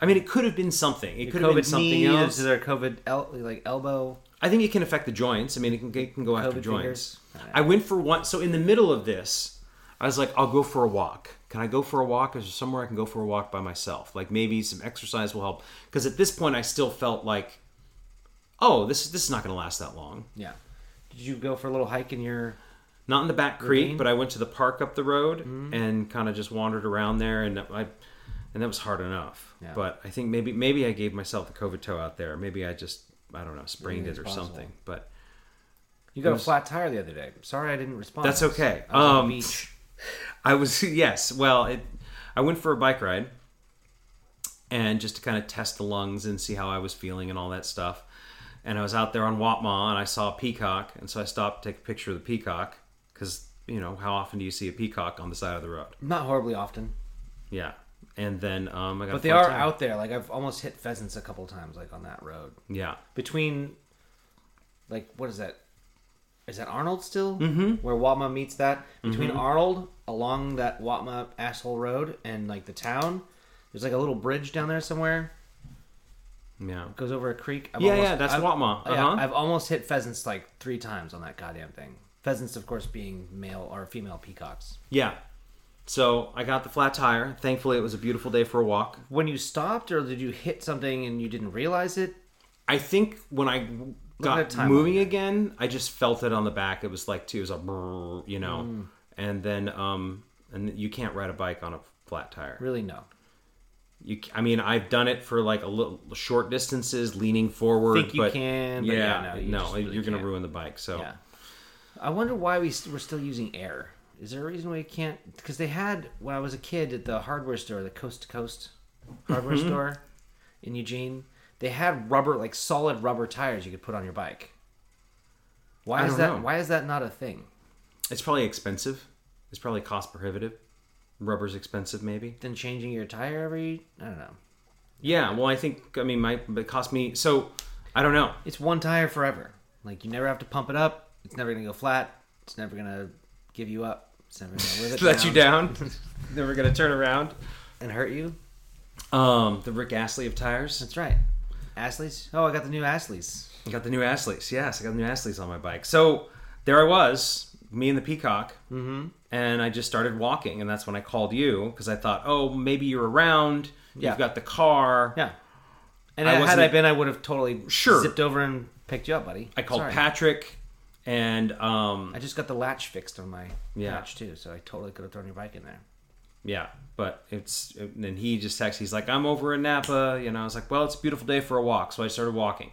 I mean, it could have been something. It could have COVID been something knee, else. Is there COVID el- like elbow? I think it can affect the joints. I mean, it can, it can go after COVID joints. fingers? Alright. I went for one. So in the middle of this, I was like, I'll go for a walk. Can I go for a walk? Is there somewhere I can go for a walk by myself? Like maybe some exercise will help. Because at this point, I still felt like, oh, this this is not going to last that long. Yeah. Did you go for a little hike in your? Not in the back creek, Ravine? but I went to the park up the road Mm-hmm. and kind of just wandered around there, and I, and that was hard enough. Yeah. But I think maybe maybe I gave myself the COVID toe out there. Maybe I just I don't know sprained Anything's it or possible. something. But You got a was- flat tire the other day. Sorry, I didn't respond. That's okay. I was on Um, the beach. I was yes. Well, it, I went for a bike ride, and just to kind of test the lungs and see how I was feeling and all that stuff. And I was out there on Watma, and I saw a peacock, and so I stopped to take a picture of the peacock because you know how often do you see a peacock on the side of the road? Not horribly often, Yeah. And then um, I got. a but they flat are tire. out there. Like I've almost hit pheasants a couple times, like on that road Yeah. between. Like what is that? Is that Arnold still? Mm-hmm. Where Watma meets that between Mm-hmm. Arnold along that Watma asshole road and like the town. There's like a little bridge down there somewhere. Yeah. Goes over a creek. I've Yeah, yeah, that's I've- Watma. yeah, Uh-huh. I've almost hit pheasants like three times on that goddamn thing. Pheasants, of course, being male or female peacocks. Yeah. So I got the flat tire. Thankfully, it was a beautiful day for a walk. When you stopped, or did you hit something and you didn't realize it? I think when I at got the timeline. moving again, I just felt it on the back. It was like two, it was a brrr, you know, Mm. and then um, and you can't ride a bike on a flat tire. Really, no. You, c- I mean, I've done it for like a little short distances, leaning forward. Think you but can, but yeah, no, yeah, no, you just really are gonna can't. ruin the bike. So Yeah. I wonder why we st- we're still using air. Is there a reason why you can't? Because they had when I was a kid at the hardware store, the Coast to Coast hardware Mm-hmm. store in Eugene, they had rubber, like solid rubber tires you could put on your bike. Why I is don't that? know. Why is that not a thing? it's probably expensive. It's probably cost prohibitive. Rubber's expensive, maybe. Then changing your tire every I don't know. Yeah, well, I think I mean, my it cost me. So I don't know. It's one tire forever. Like you never have to pump it up. It's never gonna go flat. It's never gonna give you up. It's never gonna live it Let you down. then we're gonna turn around. and hurt you. Um, the Rick Astley of tires. That's right. Astley's. Oh, I got the new Astley's. I got the new Astleys. Yes, I got the new Astleys on my bike. So there I was, me and the peacock, mm-hmm. and I just started walking, and that's when I called you because I thought, oh, maybe you're around. Yeah. You've got the car. Yeah. And I had wasn't- I been, I would have totally Sure. zipped over and picked you up, buddy. I called Sorry. Patrick, and um, I just got the latch fixed on my Yeah. latch too, so I totally could have thrown your bike in there. yeah, but it's and then he just texts. He's like, I'm over in Napa. You know, I was like, well, it's a beautiful day for a walk, so I started walking.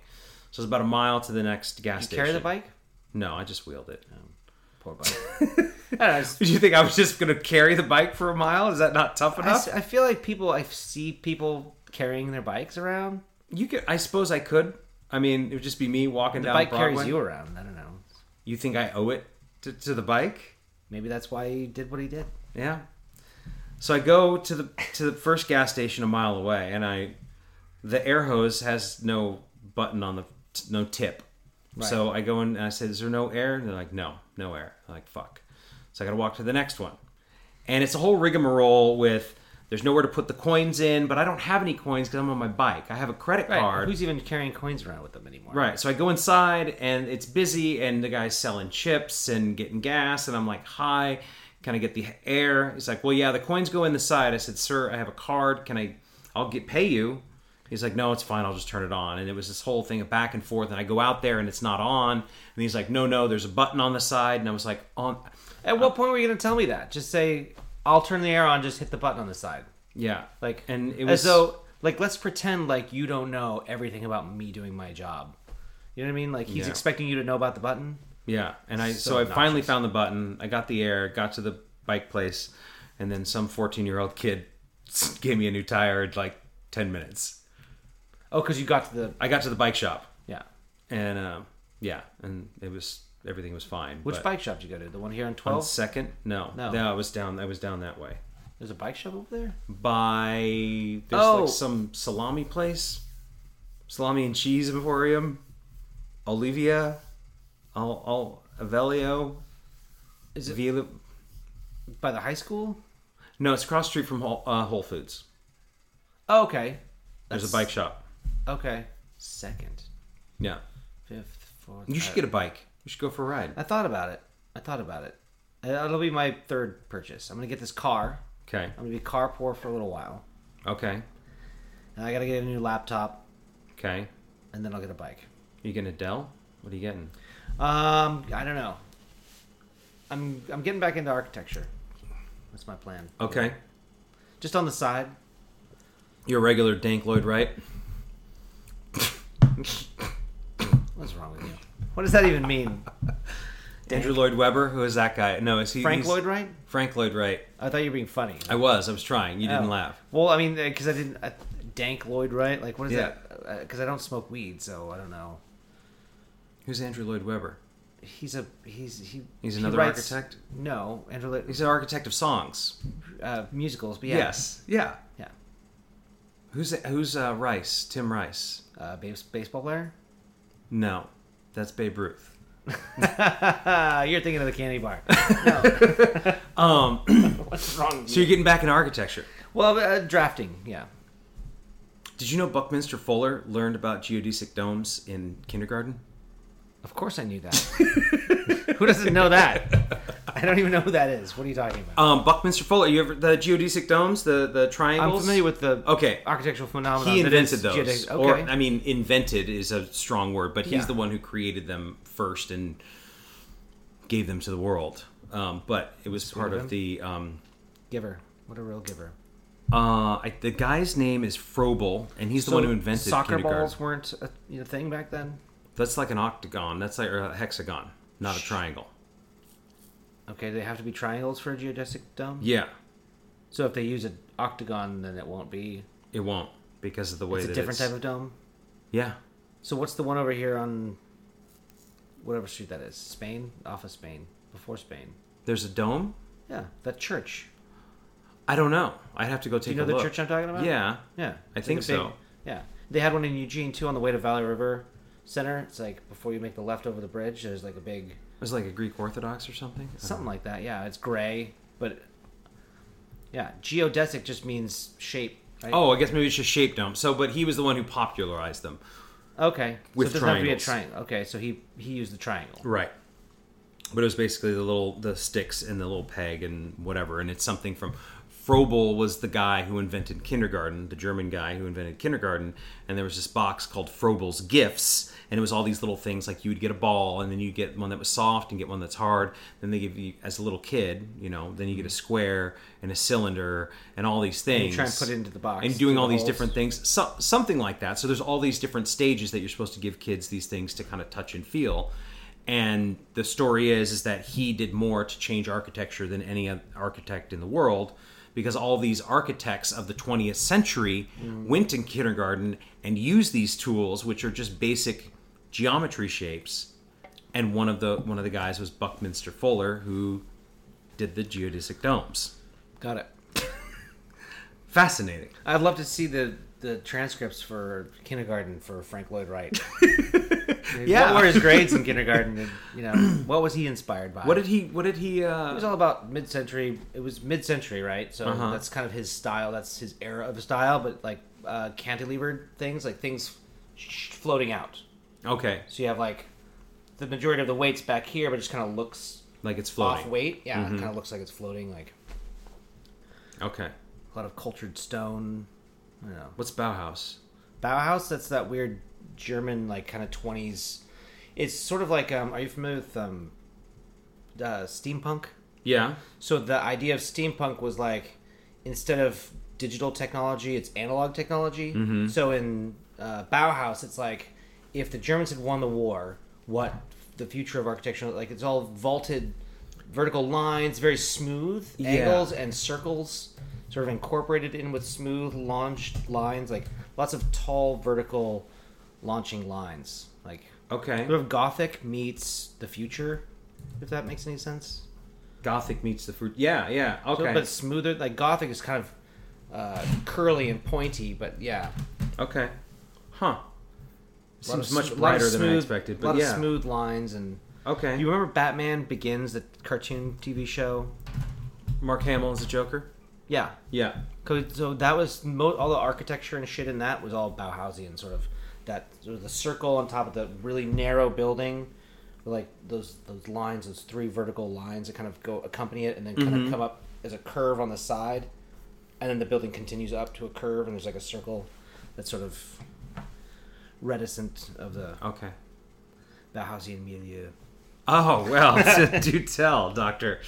So it's about a mile to the next gas You station. carry the bike? Oh. No, I just wheeled it. Poor bike. I, don't know, I just- Did you think I was just going to carry the bike for a mile? Is that not tough I enough? s- I feel like people. I see people carrying their bikes around. You could, I suppose I could. I mean, it would just be me walking The down bike Broadway. carries you around. I don't know. You think I owe it to, to the bike? Maybe that's why he did what he did. Yeah. So I go to the to the first gas station a mile away, and I the air hose has no button on the no tip. So I go in and I said, "Is there no air?" And they're like, "No, no air." I'm like, "Fuck." So I got to walk to the next one, and it's a whole rigmarole with. There's nowhere to put the coins in, but I don't have any coins because I'm on my bike. I have a credit card. Who's even carrying coins around with them anymore? Right. So I go inside and it's busy and the guy's selling chips and getting gas and I'm like, "Hi, can I get the air?" He's like, "Well, yeah, the coins go in the side." I said, "Sir, I have a card. Can I I'll get pay you." He's like, no, it's fine. I'll just turn it on. And it was this whole thing of back and forth. And I go out there and it's not on. And he's like, no, no, there's a button on the side. And I was like, on. At what point were you going to tell me that? Just say, I'll turn the air on, just hit the button on the side. Yeah. Like, And it as was- though, like, let's pretend like you don't know everything about me doing my job. You know what I mean? Like, he's Yeah. expecting you to know about the button. Yeah, and I so, So I finally obnoxious. found the button. I got the air, got to the bike place, and then some fourteen-year-old kid gave me a new tire in like ten minutes. Oh, because you got to the I got to the bike shop, yeah. and uh, yeah, and it was everything was fine. Which but bike shop did you go to? The one here on On 12? second? No, No. no, I was down. I was down that way There's a bike shop over there? by there's Oh. like some salami place, salami and cheese emporium, Olivia, Al Al Avelio, Is it Vila. by the high school? No, it's cross street from Whole, uh, Whole Foods. Oh, okay. There's That's- a bike shop. Okay. Second, Yeah. fifth, fourth. uh, You should get a bike. You should go for a ride. I thought about it. I thought about it. Uh, That'll be my third purchase. I'm gonna get this car. Okay. I'm gonna be car poor for a little while. Okay. And I gotta get a new laptop, Okay. and then I'll get a bike. You getting a Dell? What are you getting? Um, I don't know. I'm I'm getting back into architecture. That's my plan. Okay. Just on the side. You're a regular Dank Lloyd, right? What's wrong with you? What does that even mean? Andrew Lloyd Webber? Who is that guy? No, is he Frank he's- Lloyd Wright? Frank Lloyd Wright. I thought you were being funny. I was. I was trying. You didn't Oh. laugh. Well, I mean, because I didn't. I, dank Lloyd, right? Like, what is Yeah. that? Because I don't smoke weed, so I don't know. Who's Andrew Lloyd Webber? He's a he's he. He's he another writes- architect? No, Andrew Lloyd. He's an architect of songs. Uh, musicals, but yeah. Yes. Yeah. Yeah. Who's who's uh, Rice? Tim Rice? Uh, base, baseball player. No, that's Babe Ruth. You're thinking of the candy bar. No. What's wrong? With So you? you're getting back in architecture. Well, uh, drafting. Yeah. Did you know Buckminster Fuller learned about geodesic domes in kindergarten? Of course, I knew that. Who doesn't know that? I don't even know who that is. What are you talking about? Um, Buckminster Fuller, you ever the geodesic domes, the the I'm triangles? familiar with the Okay, architectural phenomenon. he that is invented those, geodetic- Okay. or I mean, invented is a strong word, but he's Yeah. the one who created them first and gave them to the world. Um, but it was part of of him. the um, giver. What a real giver. uh, I, the guy's name is Froebel, and he's the So one who invented soccer kindergarten. balls weren't a you know, thing back then. That's like an octagon. That's like or a hexagon, not a triangle. Okay, they have to be triangles for a geodesic dome. Yeah, So if they use an octagon, then it won't be. it won't because of the way It's a that different it's, type of dome. yeah. So what's the one over here on whatever street that is? Spain, off of Spain, before Spain. There's a dome. Yeah, that church. I don't know. I'd have to go take You know a the look. church I'm talking about? Yeah. yeah. I It's think like a so. Yeah, they had one in Eugene too, on the way to Valley River Center. It's like before you make the left over the bridge, there's like a big It was like a Greek Orthodox or something. I don't something like that. Yeah, it's gray, but yeah, geodesic just means shape. Right? know. Oh, I guess maybe it's just shape dome. So, but he was the one who popularized them. okay. with so it doesn't have to triangles. be a triangle. Okay, so he he used the triangle. Right. But it was basically the little the sticks and the little peg and whatever, and it's something from Froebel was the guy who invented kindergarten, the German guy who invented kindergarten, and there was this box called Froebel's Gifts, and it was all these little things like you would get a ball, and then you get one that was soft and get one that's hard. Then they give you as a little kid, you know, then you get a square and a cylinder and all these things. try and put it into the box, and doing through all the these holes. different things, so, something like that. So there's all these different stages that you're supposed to give kids these things to kind of touch and feel. And the story is is that he did more to change architecture than any oth- architect in the world, because all these architects of the 20th century Mm. went in kindergarten and used these tools, which are just basic geometry shapes. And one of the one of the guys was Buckminster Fuller, who did the geodesic domes. Got it. Fascinating. I'd love to see the the transcripts for kindergarten for Frank Lloyd Wright. Yeah. What were his grades in kindergarten? And, you know, what was he inspired by? What did he? What did he? It Uh, was all about mid-century. It was mid-century, right? So Uh-huh. that's kind of his style. That's his era of style. But like uh, cantilevered things, like things sh- floating out. okay, So you have like the majority of the weight's back here, but it just kind of looks like it's off floating. Mm-hmm. weight. Yeah, it kind of looks like it's floating. Like Okay, a lot of cultured stone. You know, what's Bauhaus? Bauhaus. That's that weird German like kind of twenties. It's sort of like um, are you familiar with um, uh, steampunk? Yeah. So the idea of steampunk was like instead of digital technology, it's analog technology. So in uh, Bauhaus, it's like if the Germans had won the war, what the future of architecture like it's all vaulted vertical lines, very smooth Yeah. angles and circles sort of incorporated in with smooth launched lines, like lots of tall vertical launching lines. Like Okay. sort of gothic meets the future, if that makes any sense. Gothic meets the fruit. Yeah, yeah. So, Okay. but smoother. Like gothic is kind of uh, curly and pointy, but yeah, okay. Huh. A lot of Seems sm- much a lot of brighter than I smooth- expected. a But lot yeah. of smooth lines and. Okay. You remember Batman Begins, the cartoon TV show? Mark Hamill is a Joker. Yeah. Yeah. 'Cause- So that was mo- all the architecture and shit in that was all Bauhausian, sort of that sort of the circle on top of the really narrow building, with, like those those lines, those three vertical lines that kind of go accompany it, and then kind of come up as a curve on the side, and then the building continues up to a curve, and there's like a circle that's sort of reticent of the Okay. Bauhausian milieu. Oh well, do tell, Doctor.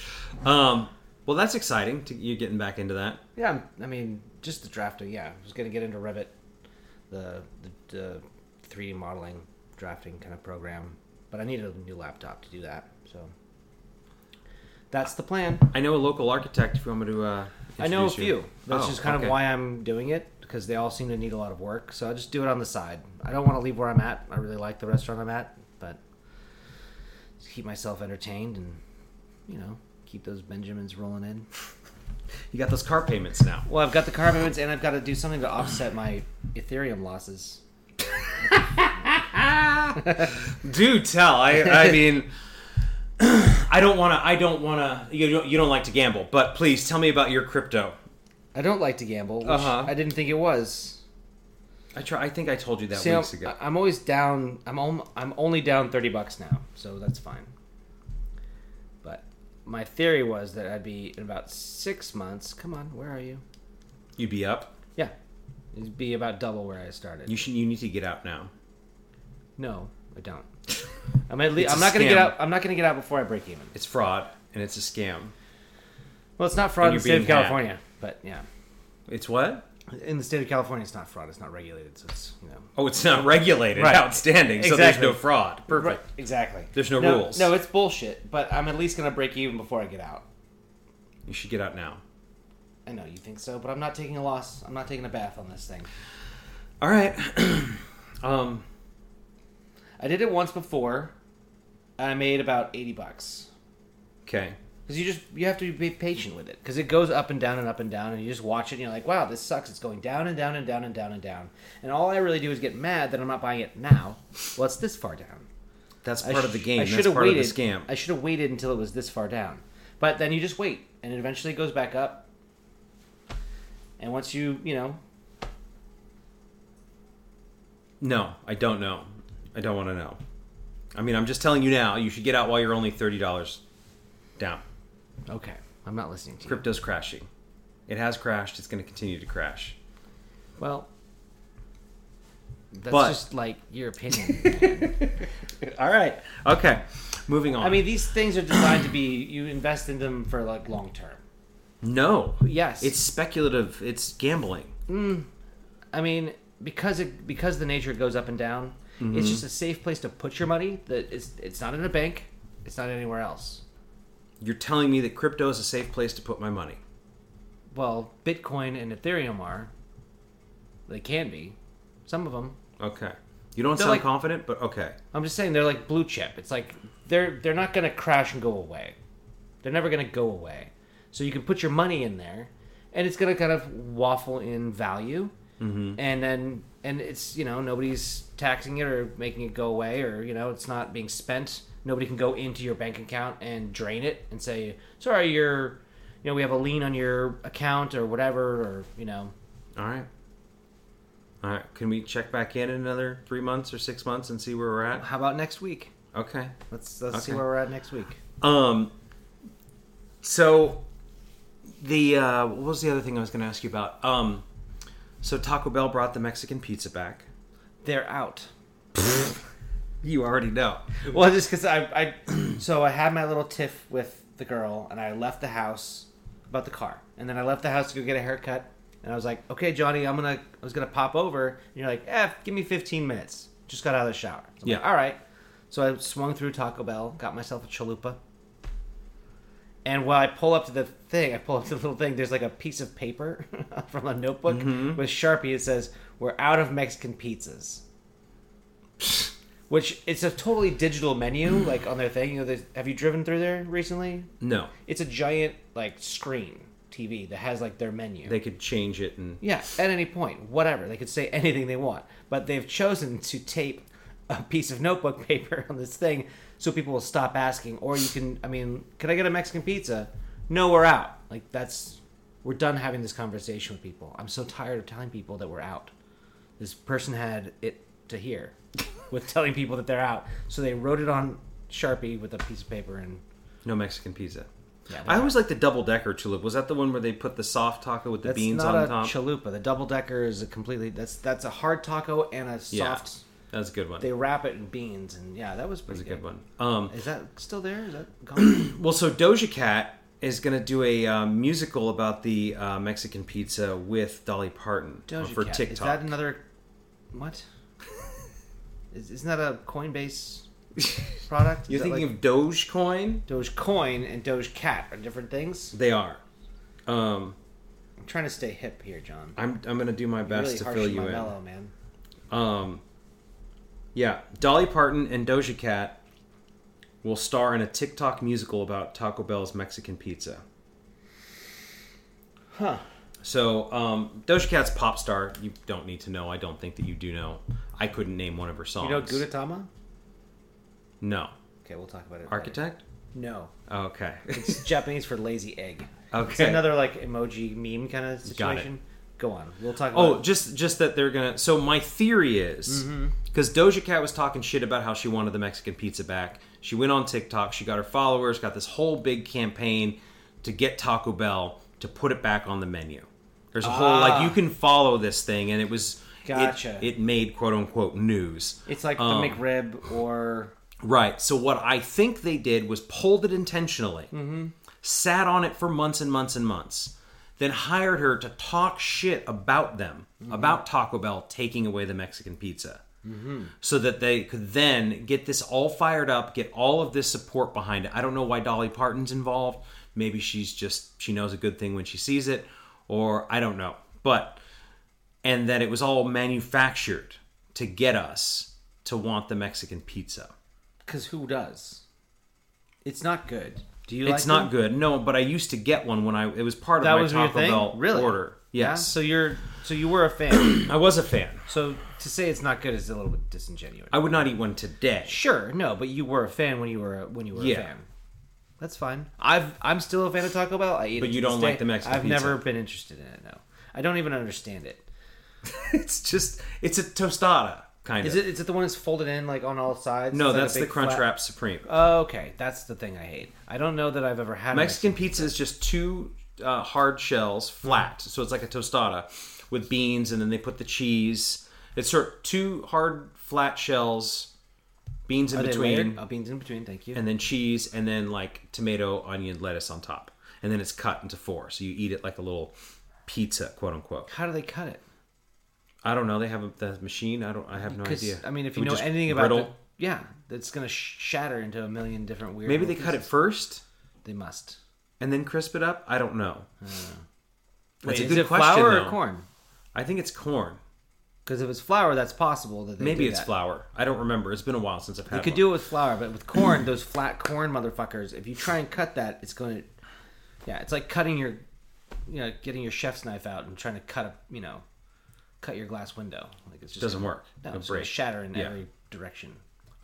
Um, well, that's exciting. To, you getting back into that? Yeah, I'm- I mean, just the drafting. Yeah, I was gonna get into Revit, the the, the 3D modeling drafting kind of program, but I needed a new laptop to do that. So that's the plan. I know a local architect. If you want me to, uh, I know a introduce you. few, which Oh, is kind okay. of why I'm doing it because they all seem to need a lot of work. So I just do it on the side. I don't want to leave where I'm at. I really like the restaurant I'm at, but just keep myself entertained and you know keep those Benjamins rolling in. you got those car payments now. Well, I've got the car movements, and I've got to do something to offset my Ethereum losses. Do tell. I, I mean, I don't want to. I don't want to. You don't, you don't like to gamble, but please tell me about your crypto. I don't like to gamble, which Uh-huh. I didn't think it was. I try. I think I told you that See, weeks I'm- ago. I'm always down. I'm om- I'm only down thirty bucks now, so that's fine. But my theory was that I'd be in about six months. Come on, where are you? You'd be up. Yeah, it'd be about double where I started. You should. You need to get out now. no, I don't. I'm at least. It's a I'm not gonna get scam. out. I'm not gonna get out before I break even. It's fraud and it's a scam. Well, it's not fraud in you're the state of being hacked. California, but yeah, It's what? in the state of California, it's not fraud. It's not regulated, so it's you know Oh, it's not regulated. Right. Outstanding. So there's Exactly. no fraud. Perfect. Right, exactly. There's no rules. No, it's bullshit. But I'm at least gonna break even before I get out. You should get out now. I know you think so, but I'm not taking a loss. I'm not taking a bath on this thing. All right. um. I did it once before, and I made about eighty bucks. Okay. Because you just you have to be patient with it because it goes up and down and up and down, and you just watch it. and You're like, wow, this sucks. It's going down and down and down and down and down. And all I really do is get mad that I'm not buying it now. Well, it's this far down. That's I part of the sh- game. I That's should've part waited. of the scam. I should have waited until it was this far down. But then you just wait, and it eventually goes back up. And once you, you know, No, I don't know. I don't want to know. I mean, I'm just telling you now. You should get out while you're only thirty dollars down. okay, I'm not listening to you. Crypto's crashing. It has crashed. It's going to continue to crash. Well, that's But- just like your opinion. All right. Okay. Moving on. I mean, these things are designed to be you invest in them for like long term. no. Yes, It's speculative. It's gambling. I mean, because it because the nature goes up and down, Mm-hmm. it's just a safe place to put your money. That it's it's not in a bank, it's not anywhere else. You're telling me that crypto is a safe place to put my money. Well, Bitcoin and Ethereum are. They can be, some of them. Okay. You don't They're sound like- confident, but okay. I'm just saying they're like blue chip. It's like they're they're not gonna crash and go away. They're never gonna go away. So you can put your money in there, and it's gonna kind of waffle in value, and then and it's you know nobody's taxing it or making it go away or you know it's not being spent. Nobody can go into your bank account and drain it and say sorry you're you know we have a lien on your account or whatever or you know All right. All right. Can we check back in in another three months or six months and see where we're at? how about next week? Okay. Let's let's see Okay. where we're at next week. Um. So, the uh, what was the other thing I was going to ask you about? Um. So Taco Bell brought the Mexican pizza back. They're out. You already know. Well, just because I, I, so I had my little tiff with the girl, and I left the house about the car, and then I left the house to go get a haircut, and I was like, okay, Johnny, I'm gonna, I was gonna pop over, and you're like, eh, give me 15 minutes. Just got out of the shower. So I'm like, Yeah. all right. So I swung through Taco Bell, got myself a chalupa, and while I pull up to the thing, I pull up to the little thing. There's like a piece of paper from a notebook with Sharpie. It says, "We're out of Mexican pizzas." which it's a totally digital menu like on their thing you know they, have you driven through there recently No, it's a giant like screen tv that has like their menu they could change it and yeah at any point whatever they could say anything they want but they've chosen to tape a piece of notebook paper on this thing so people will stop asking or you can i mean can i get a mexican pizza no we're out like that's we're done having this conversation with people i'm so tired of telling people that we're out this person had it to hear with telling people that they're out. So they wrote it on Sharpie with a piece of paper and no Mexican pizza. yeah, I always like the double decker chalupa. Was that the one where they put the soft taco with the that's beans not on a top? chalupa. The double decker is a completely that's that's a hard taco and a soft. Yeah. That's a good one. They wrap it in beans and yeah, that was pretty That's a good one. Um, Is that still there? Is that gone? well, so Doja Cat is going to do a um, musical about the uh, Mexican pizza with Dolly Parton uh, Doja for Cat. TikTok. Is that another what? Is, isn't that a Coinbase product? You're Is that thinking like of Dogecoin? Dogecoin and Dogecat are different things. They are. Um, I'm trying to stay hip here, John. I'm I'm going to do my Really best to harsh fill on you my in. mellow, man. Um, yeah, Dolly Parton and Doja Cat will star in a TikTok musical about Taco Bell's Mexican pizza. Huh. So um, Doja Cat's pop star. You don't need to know. I don't think that you do know. I couldn't name one of her songs. You know Gudetama? No. Okay, we'll talk about it. later. Architect. No, Okay. it's Japanese for lazy egg. It's okay. another like emoji meme kind of Got it. situation. Go on. We'll talk. About Mm-hmm. Oh, just just that they're gonna. So my theory is because Doja Cat was talking shit about how she wanted the Mexican pizza back. She went on TikTok. She got her followers. Got this whole big campaign to get Taco Bell to put it back on the menu. There's a whole like you can follow this thing, and it was it- Ah. Gotcha. It, made quote unquote news. it's like um, the McRib or Right. So what I think they did was pulled it intentionally, sat on it for months and months and months, then hired her to talk shit about them, about Taco Bell taking away the Mexican pizza, so that they could then get this all fired up, get all of this support behind it. I don't know why Dolly Parton's involved. Maybe she's just she knows a good thing when she sees it, or I don't know. But and that it was all manufactured to get us to want the Mexican pizza. because who does? It's not good. Do you? It's like not them? good. No, but I used to get one when I. It was part of That my was your Taco thing. Bell really? order. Yeah? Yes, So you're. So you were a fan. I was a fan. so to say it's not good is a little bit disingenuous. I would not eat one today. sure. No, but you were a fan when you were a, when you were Yeah. a fan. That's fine. I've I'm still a fan of Taco Bell. I eat. But it you to don't this like day. the Mexican I've pizza. never been interested in it. No, I don't even understand it. It's just it's a tostada kind Is of. it is it the one that's folded in like on all sides? No, It's like a that's the big Crunchwrap flat- Supreme. Oh, okay, that's the thing I hate. I don't know that I've ever had a Mexican pizza is just two uh, hard shells flat, so it's like a tostada with beans, and then they put the cheese. It's sort of two hard flat shells, beans in Are they between, layered? Oh, beans in between. Thank you. and then cheese, and then like tomato, onion, lettuce on top, and then it's cut into four. So you eat it like a little pizza, quote unquote. How do they cut it? I don't know. They have a, the machine. I don't. I have no 'Cause, idea. I mean, if It you would know just anything about griddle. it, yeah, that's gonna sh- shatter into a million different weird. maybe they cut it first They must. and then crisp it up. I don't know. That's Hmm. Wait, a is good it question. flour though. or corn? I think it's corn. Because if it's flour, that's possible that they Maybe do it's that. flour. I don't remember. It's been a while since I've had. You could one. do it with flour, but with corn, those flat corn motherfuckers. If you try and cut that, it's going to, yeah, it's like cutting your, you know, getting your chef's knife out and trying to cut a, you know, cut your glass window. Like it's just Doesn't work. No, It'll it's going break. to shatter in Yeah. every direction.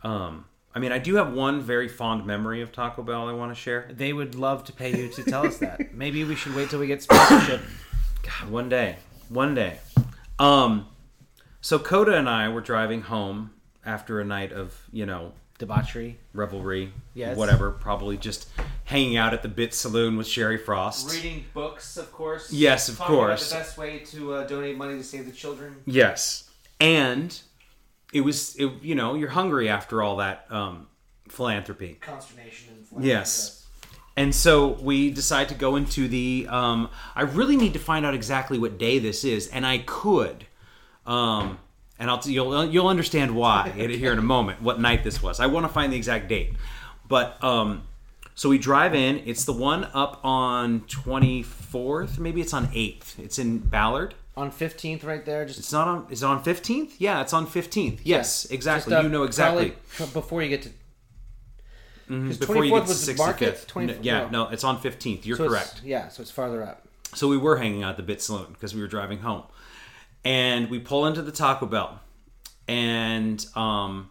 Um, I mean, I do have one very fond memory of Taco Bell. I want to share. They would love to pay you to tell us that. Maybe we should wait till we get sponsorship. God, one day, one day. Um, so Coda and I were driving home after a night of you know Debauchery. revelry, Yes. whatever, probably just hanging out at the Bit Saloon with Sherry Frost. Reading books, of course. Yes, of Talking about course. the best way to uh, donate money to save the children. Yes, and it was it, you know you're hungry after all that um, philanthropy. Consternation and Yes. And so we decide to go into the. Um, I really need to find out exactly what day this is, and I could. Um, and I'll you'll you'll understand why in- here in a moment what night this was. I want to find the exact date, but um, so we drive in. It's the one up on twenty fourth, maybe it's on eighth. It's in Ballard. On fifteenth, right there, just It's not on. Is it on fifteenth? Yeah, it's on fifteenth. Yes, exactly. Just, uh, you know exactly. Mm-hmm, probably tr- before you get to. Because Before you get to was the sixty market. fifth. 24th, Yeah, no, it's on fifteenth. You're So it's- correct. Yeah, so it's farther up. So we were hanging out at the Bit Saloon because we were driving home. And we pull into the Taco Bell. And um,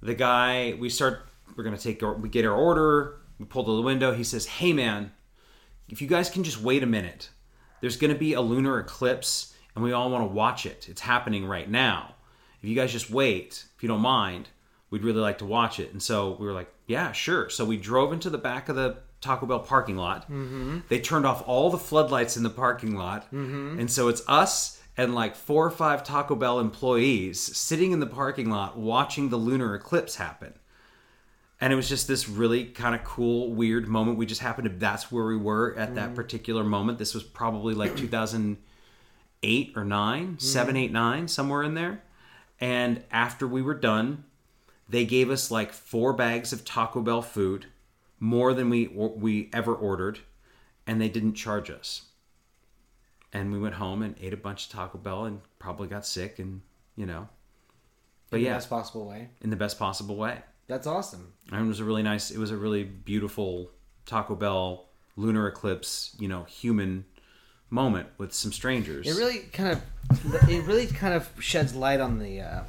the guy, we start, we're going to take, our, we get our order. We pull to the window. He says, Hey, man, if you guys can just wait a minute, there's going to be a lunar eclipse and we all want to watch it. It's happening right now. If you guys just wait, if you don't mind, we'd really like to watch it. And so we were like, yeah, sure. So we drove into the back of the Taco Bell parking lot. They turned off all the floodlights in the parking lot. And so it's us and like four or five Taco Bell employees sitting in the parking lot watching the lunar eclipse happen and it was just this really kind of cool weird moment we just happened to that's where we were at that particular moment this was probably like 2008 or 9 7 8 9 somewhere in there and after we were done they gave us like four bags of taco bell food more than we we ever ordered and they didn't charge us and we went home and ate a bunch of taco bell and probably got sick and you know but in the yeah best possible way. in the best possible way That's awesome. and it was a really nice. It was a really beautiful Taco Bell lunar eclipse, you know, human moment with some strangers. It really kind of, it really kind of sheds light on the, uh,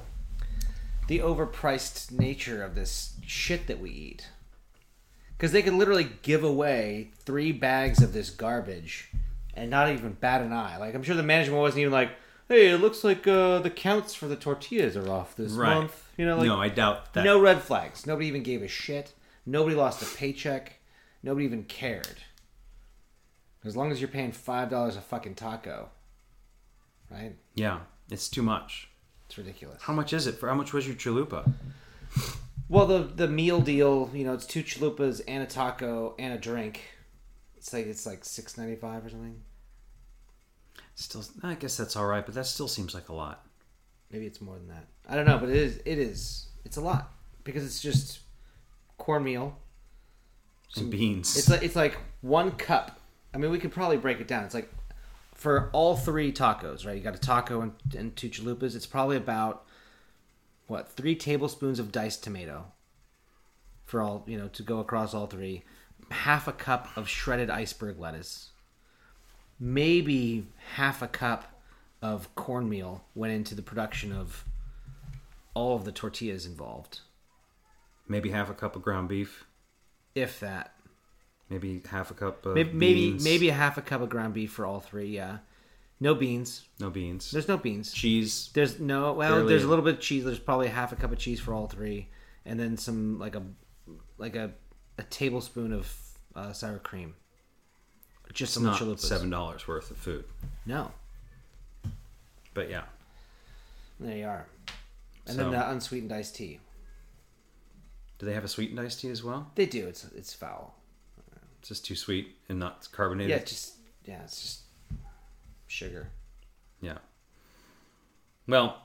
the overpriced nature of this shit that we eat. Because they could literally give away three bags of this garbage, and not even bat an eye. Like I'm sure the management wasn't even like, "Hey, it looks like uh, the counts for the tortillas are off this right. month." You know, like no, I doubt that. no red flags. Nobody even gave a shit. Nobody lost a paycheck. Nobody even cared. As long as you're paying five dollars a fucking taco, right? Yeah, it's too much. It's ridiculous. How much is it? For how much was your chalupa? Well, the the meal deal, you know, it's two chalupas and a taco and a drink. It's like it's like six ninety five or something. Still, I guess that's all right, but that still seems like a lot. Maybe it's more than that. I don't know, but it is it is it's a lot because it's just cornmeal. And beans. Mm. It's like it's like one cup. I mean, we could probably break it down. It's like for all three tacos, right? You got a taco and, and two chalupas. It's probably about what three tablespoons of diced tomato for all you know to go across all three. Half a cup of shredded iceberg lettuce. Maybe half a cup of cornmeal went into the production of all of the tortillas involved, maybe half a cup of ground beef. if that. Maybe half a cup of Maybe maybe, beans. maybe a half a cup of ground beef for all three. Yeah, no beans. no beans. There's no beans. Cheese. There's no well. Barely. There's a little bit of cheese. There's probably half a cup of cheese for all three, and then some like a like a a tablespoon of uh, sour cream. Just some Not chalupas. seven dollars worth of food. No, But yeah, there you are. And So- then the unsweetened iced tea. do they have a sweetened iced tea as well? They do. It's it's foul. It's just too sweet and not carbonated. Yeah, it's just yeah, it's just sugar. Yeah. Well,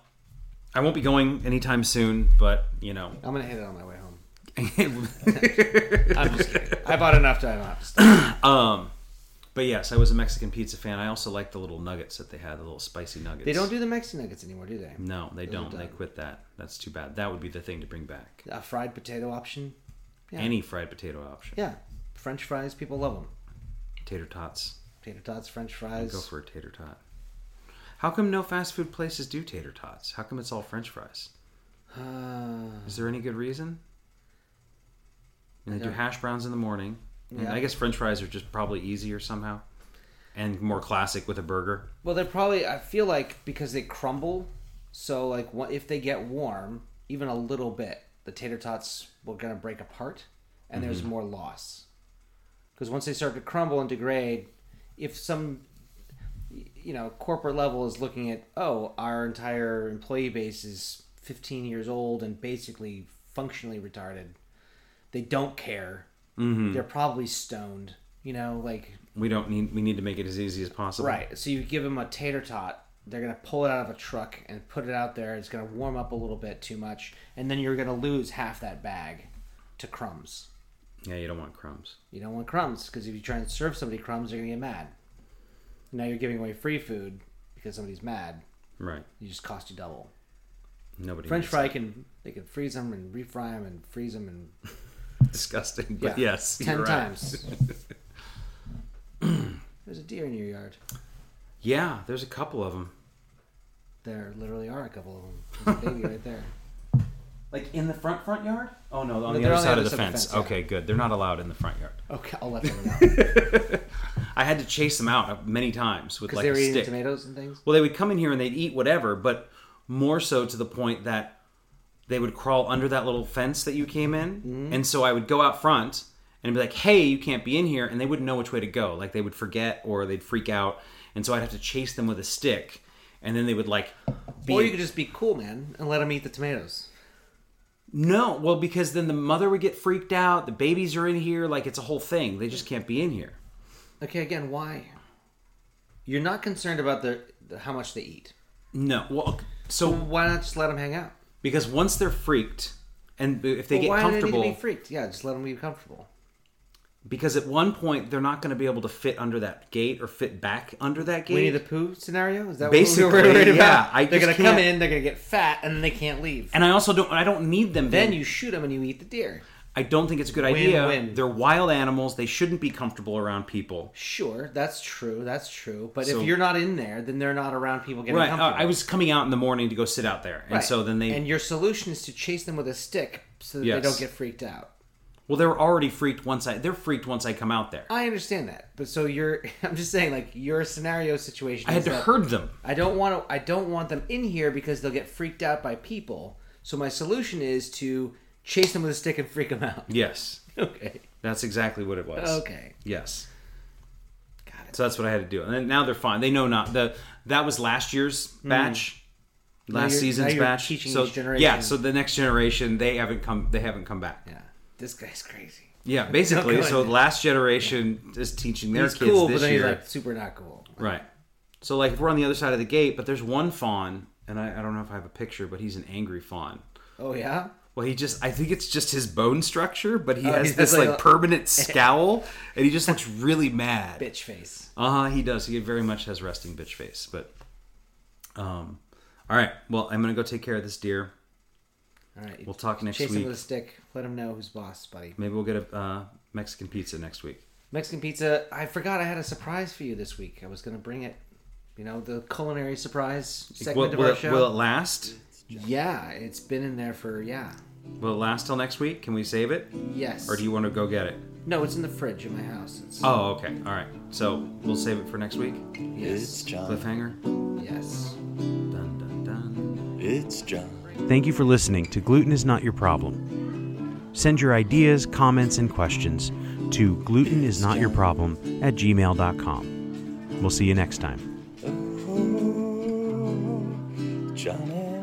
I won't be going anytime soon, but you know, I'm gonna hit it on my way home. I'm just kidding. I bought enough to I don't have to stop. um, but yes, I was a Mexican pizza fan. I also liked the little nuggets that they had, the little spicy nuggets. They don't do the Mexican nuggets anymore, do they? No, they Those are don't. They done. quit that. That's too bad. That would be the thing to bring back. a fried potato option. Yeah. Any fried potato option. Yeah, French fries. People love them. Tater tots. Tater tots, French fries. Go for a tater tot. How come no fast food places do tater tots? How come it's all French fries? Uh, Is there any good reason? And they do Yeah. hash browns in the morning. And Yeah. I guess French fries are just probably easier somehow, and more classic with a burger. well, they're probably. I feel like because they crumble, so like wha- if they get warm, even a little bit, the tater tots will gonna break apart, and there's more loss. because once they start to crumble and degrade, if some y- you know corporate level is looking at oh our entire employee base is 15 years old and basically functionally retarded, they don't care. They're probably stoned. You know, like We don't need. We need to make it as easy as possible. Right. So you give them a tater tot. They're gonna pull it out of a truck and put it out there. It's gonna warm up a little bit too much, and then you're gonna lose half that bag to crumbs. Yeah, you don't want crumbs. You don't want crumbs because if you try and serve somebody crumbs, they're gonna get mad. Now you're giving away free food because somebody's mad. Right. You just cost you double. Nobody. French needs fry can they can freeze them and refry them and freeze them and it. Disgusting. But Yeah. yes. 10 you're right. times. There's a deer in your yard. Yeah, there's a couple of them. There literally are a couple of them. There's a baby right there. Like in the front front yard? Oh no, on the they're other on side of the fence. yeah. Okay, good. They're not allowed in the front yard. Okay, I'll let them know. I had to chase them out many times with like Because they a were eating stick. tomatoes and things. Well, they would come in here and they'd eat whatever, but more so to the point that they would crawl under that little fence that you came in. Mm-hmm. And so I would go out front and be like, hey, you can't be in here. And they wouldn't know which way to go. Like they would forget or they'd freak out. And so I'd have to chase them with a stick. And then they would like be. Or you could just be cool, man, and let them eat the tomatoes. No, well, because then the mother would get freaked out. The babies are in here. Like it's a whole thing. They just can't be in here. Okay, again, why? You're not concerned about the, the how much they eat. No. Well, so Why not just let them hang out? because once they're freaked and if they Well, get why do comfortable, they need to be freaked? Yeah, just let them be comfortable. because at one point they're not going to be able to fit under that gate or fit back under that gate. Winnie the Pooh scenario? Is that Basically, what we were worried about? yeah, I they're just going to come can't- in, they're going to get fat, and then they can't leave. and I also don't. I don't need them. then Then you shoot them and you eat the deer. I don't think it's a good idea. Win-win. They're wild animals. They shouldn't be comfortable around people. Sure, that's true, that's true. But So- if you're not in there, then they're not around people getting Right. uh, comfortable. I was coming out in the morning to go sit out there, and Right. so then they. And your solution is to chase them with a stick so that Yes. they don't get freaked out. well, they were already freaked once I. They're freaked once I come out there. I understand that, but so you're. I'm just saying, like your scenario situation. I had is to that herd them. I don't want to. I don't want them in here because they'll get freaked out by people. So my solution is to chase them with a stick and freak them out. Yes, Okay. that's exactly what it was. Okay. Yes. Got it. So that's what I had to do, and then now they're fine. They know not the that was last year's batch, last you're- season's Hmm. now you're batch. teaching so each generation. yeah, so the next generation they haven't come, they haven't come back. Yeah, Yeah. This guy's crazy. basically. Not so good. the last generation is teaching their He's kids cool, this but then year, he's like super not cool. right? So like if we're on the other side of the gate, but there's one fawn, and I, I don't know if I have a picture, but he's an angry fawn. Oh yeah. Well, he just, I think it's just his bone structure, but he has he's this Oh, like like a- permanent scowl and he just looks really mad. Bitch face. Uh huh. He does. He very much has resting bitch face. But, um, all right. Well, I'm gonna go take care of this deer. All right. We'll talk next chase him week. with a stick. Let him know who's boss, buddy. Maybe we'll get a uh, Mexican pizza next week. Mexican pizza. I forgot I had a surprise for you this week. I was gonna bring it. You know the culinary surprise segment Will, of will our it, show. will it last? Yeah, it's been in there for yeah. Will it last till next week? Can we save it, Yes. or do you want to go get it? No, it's in the fridge in my house. It's, Oh, okay. All right. So we'll save it for next week. It's Uh, John. Cliffhanger. yes. Dun dun dun. It's John. Thank you for listening to Gluten is Not Your Problem. Send your ideas, comments, and questions to glutenisnotyourproblem at gmail.com. We'll see you next time. Oh, Johnny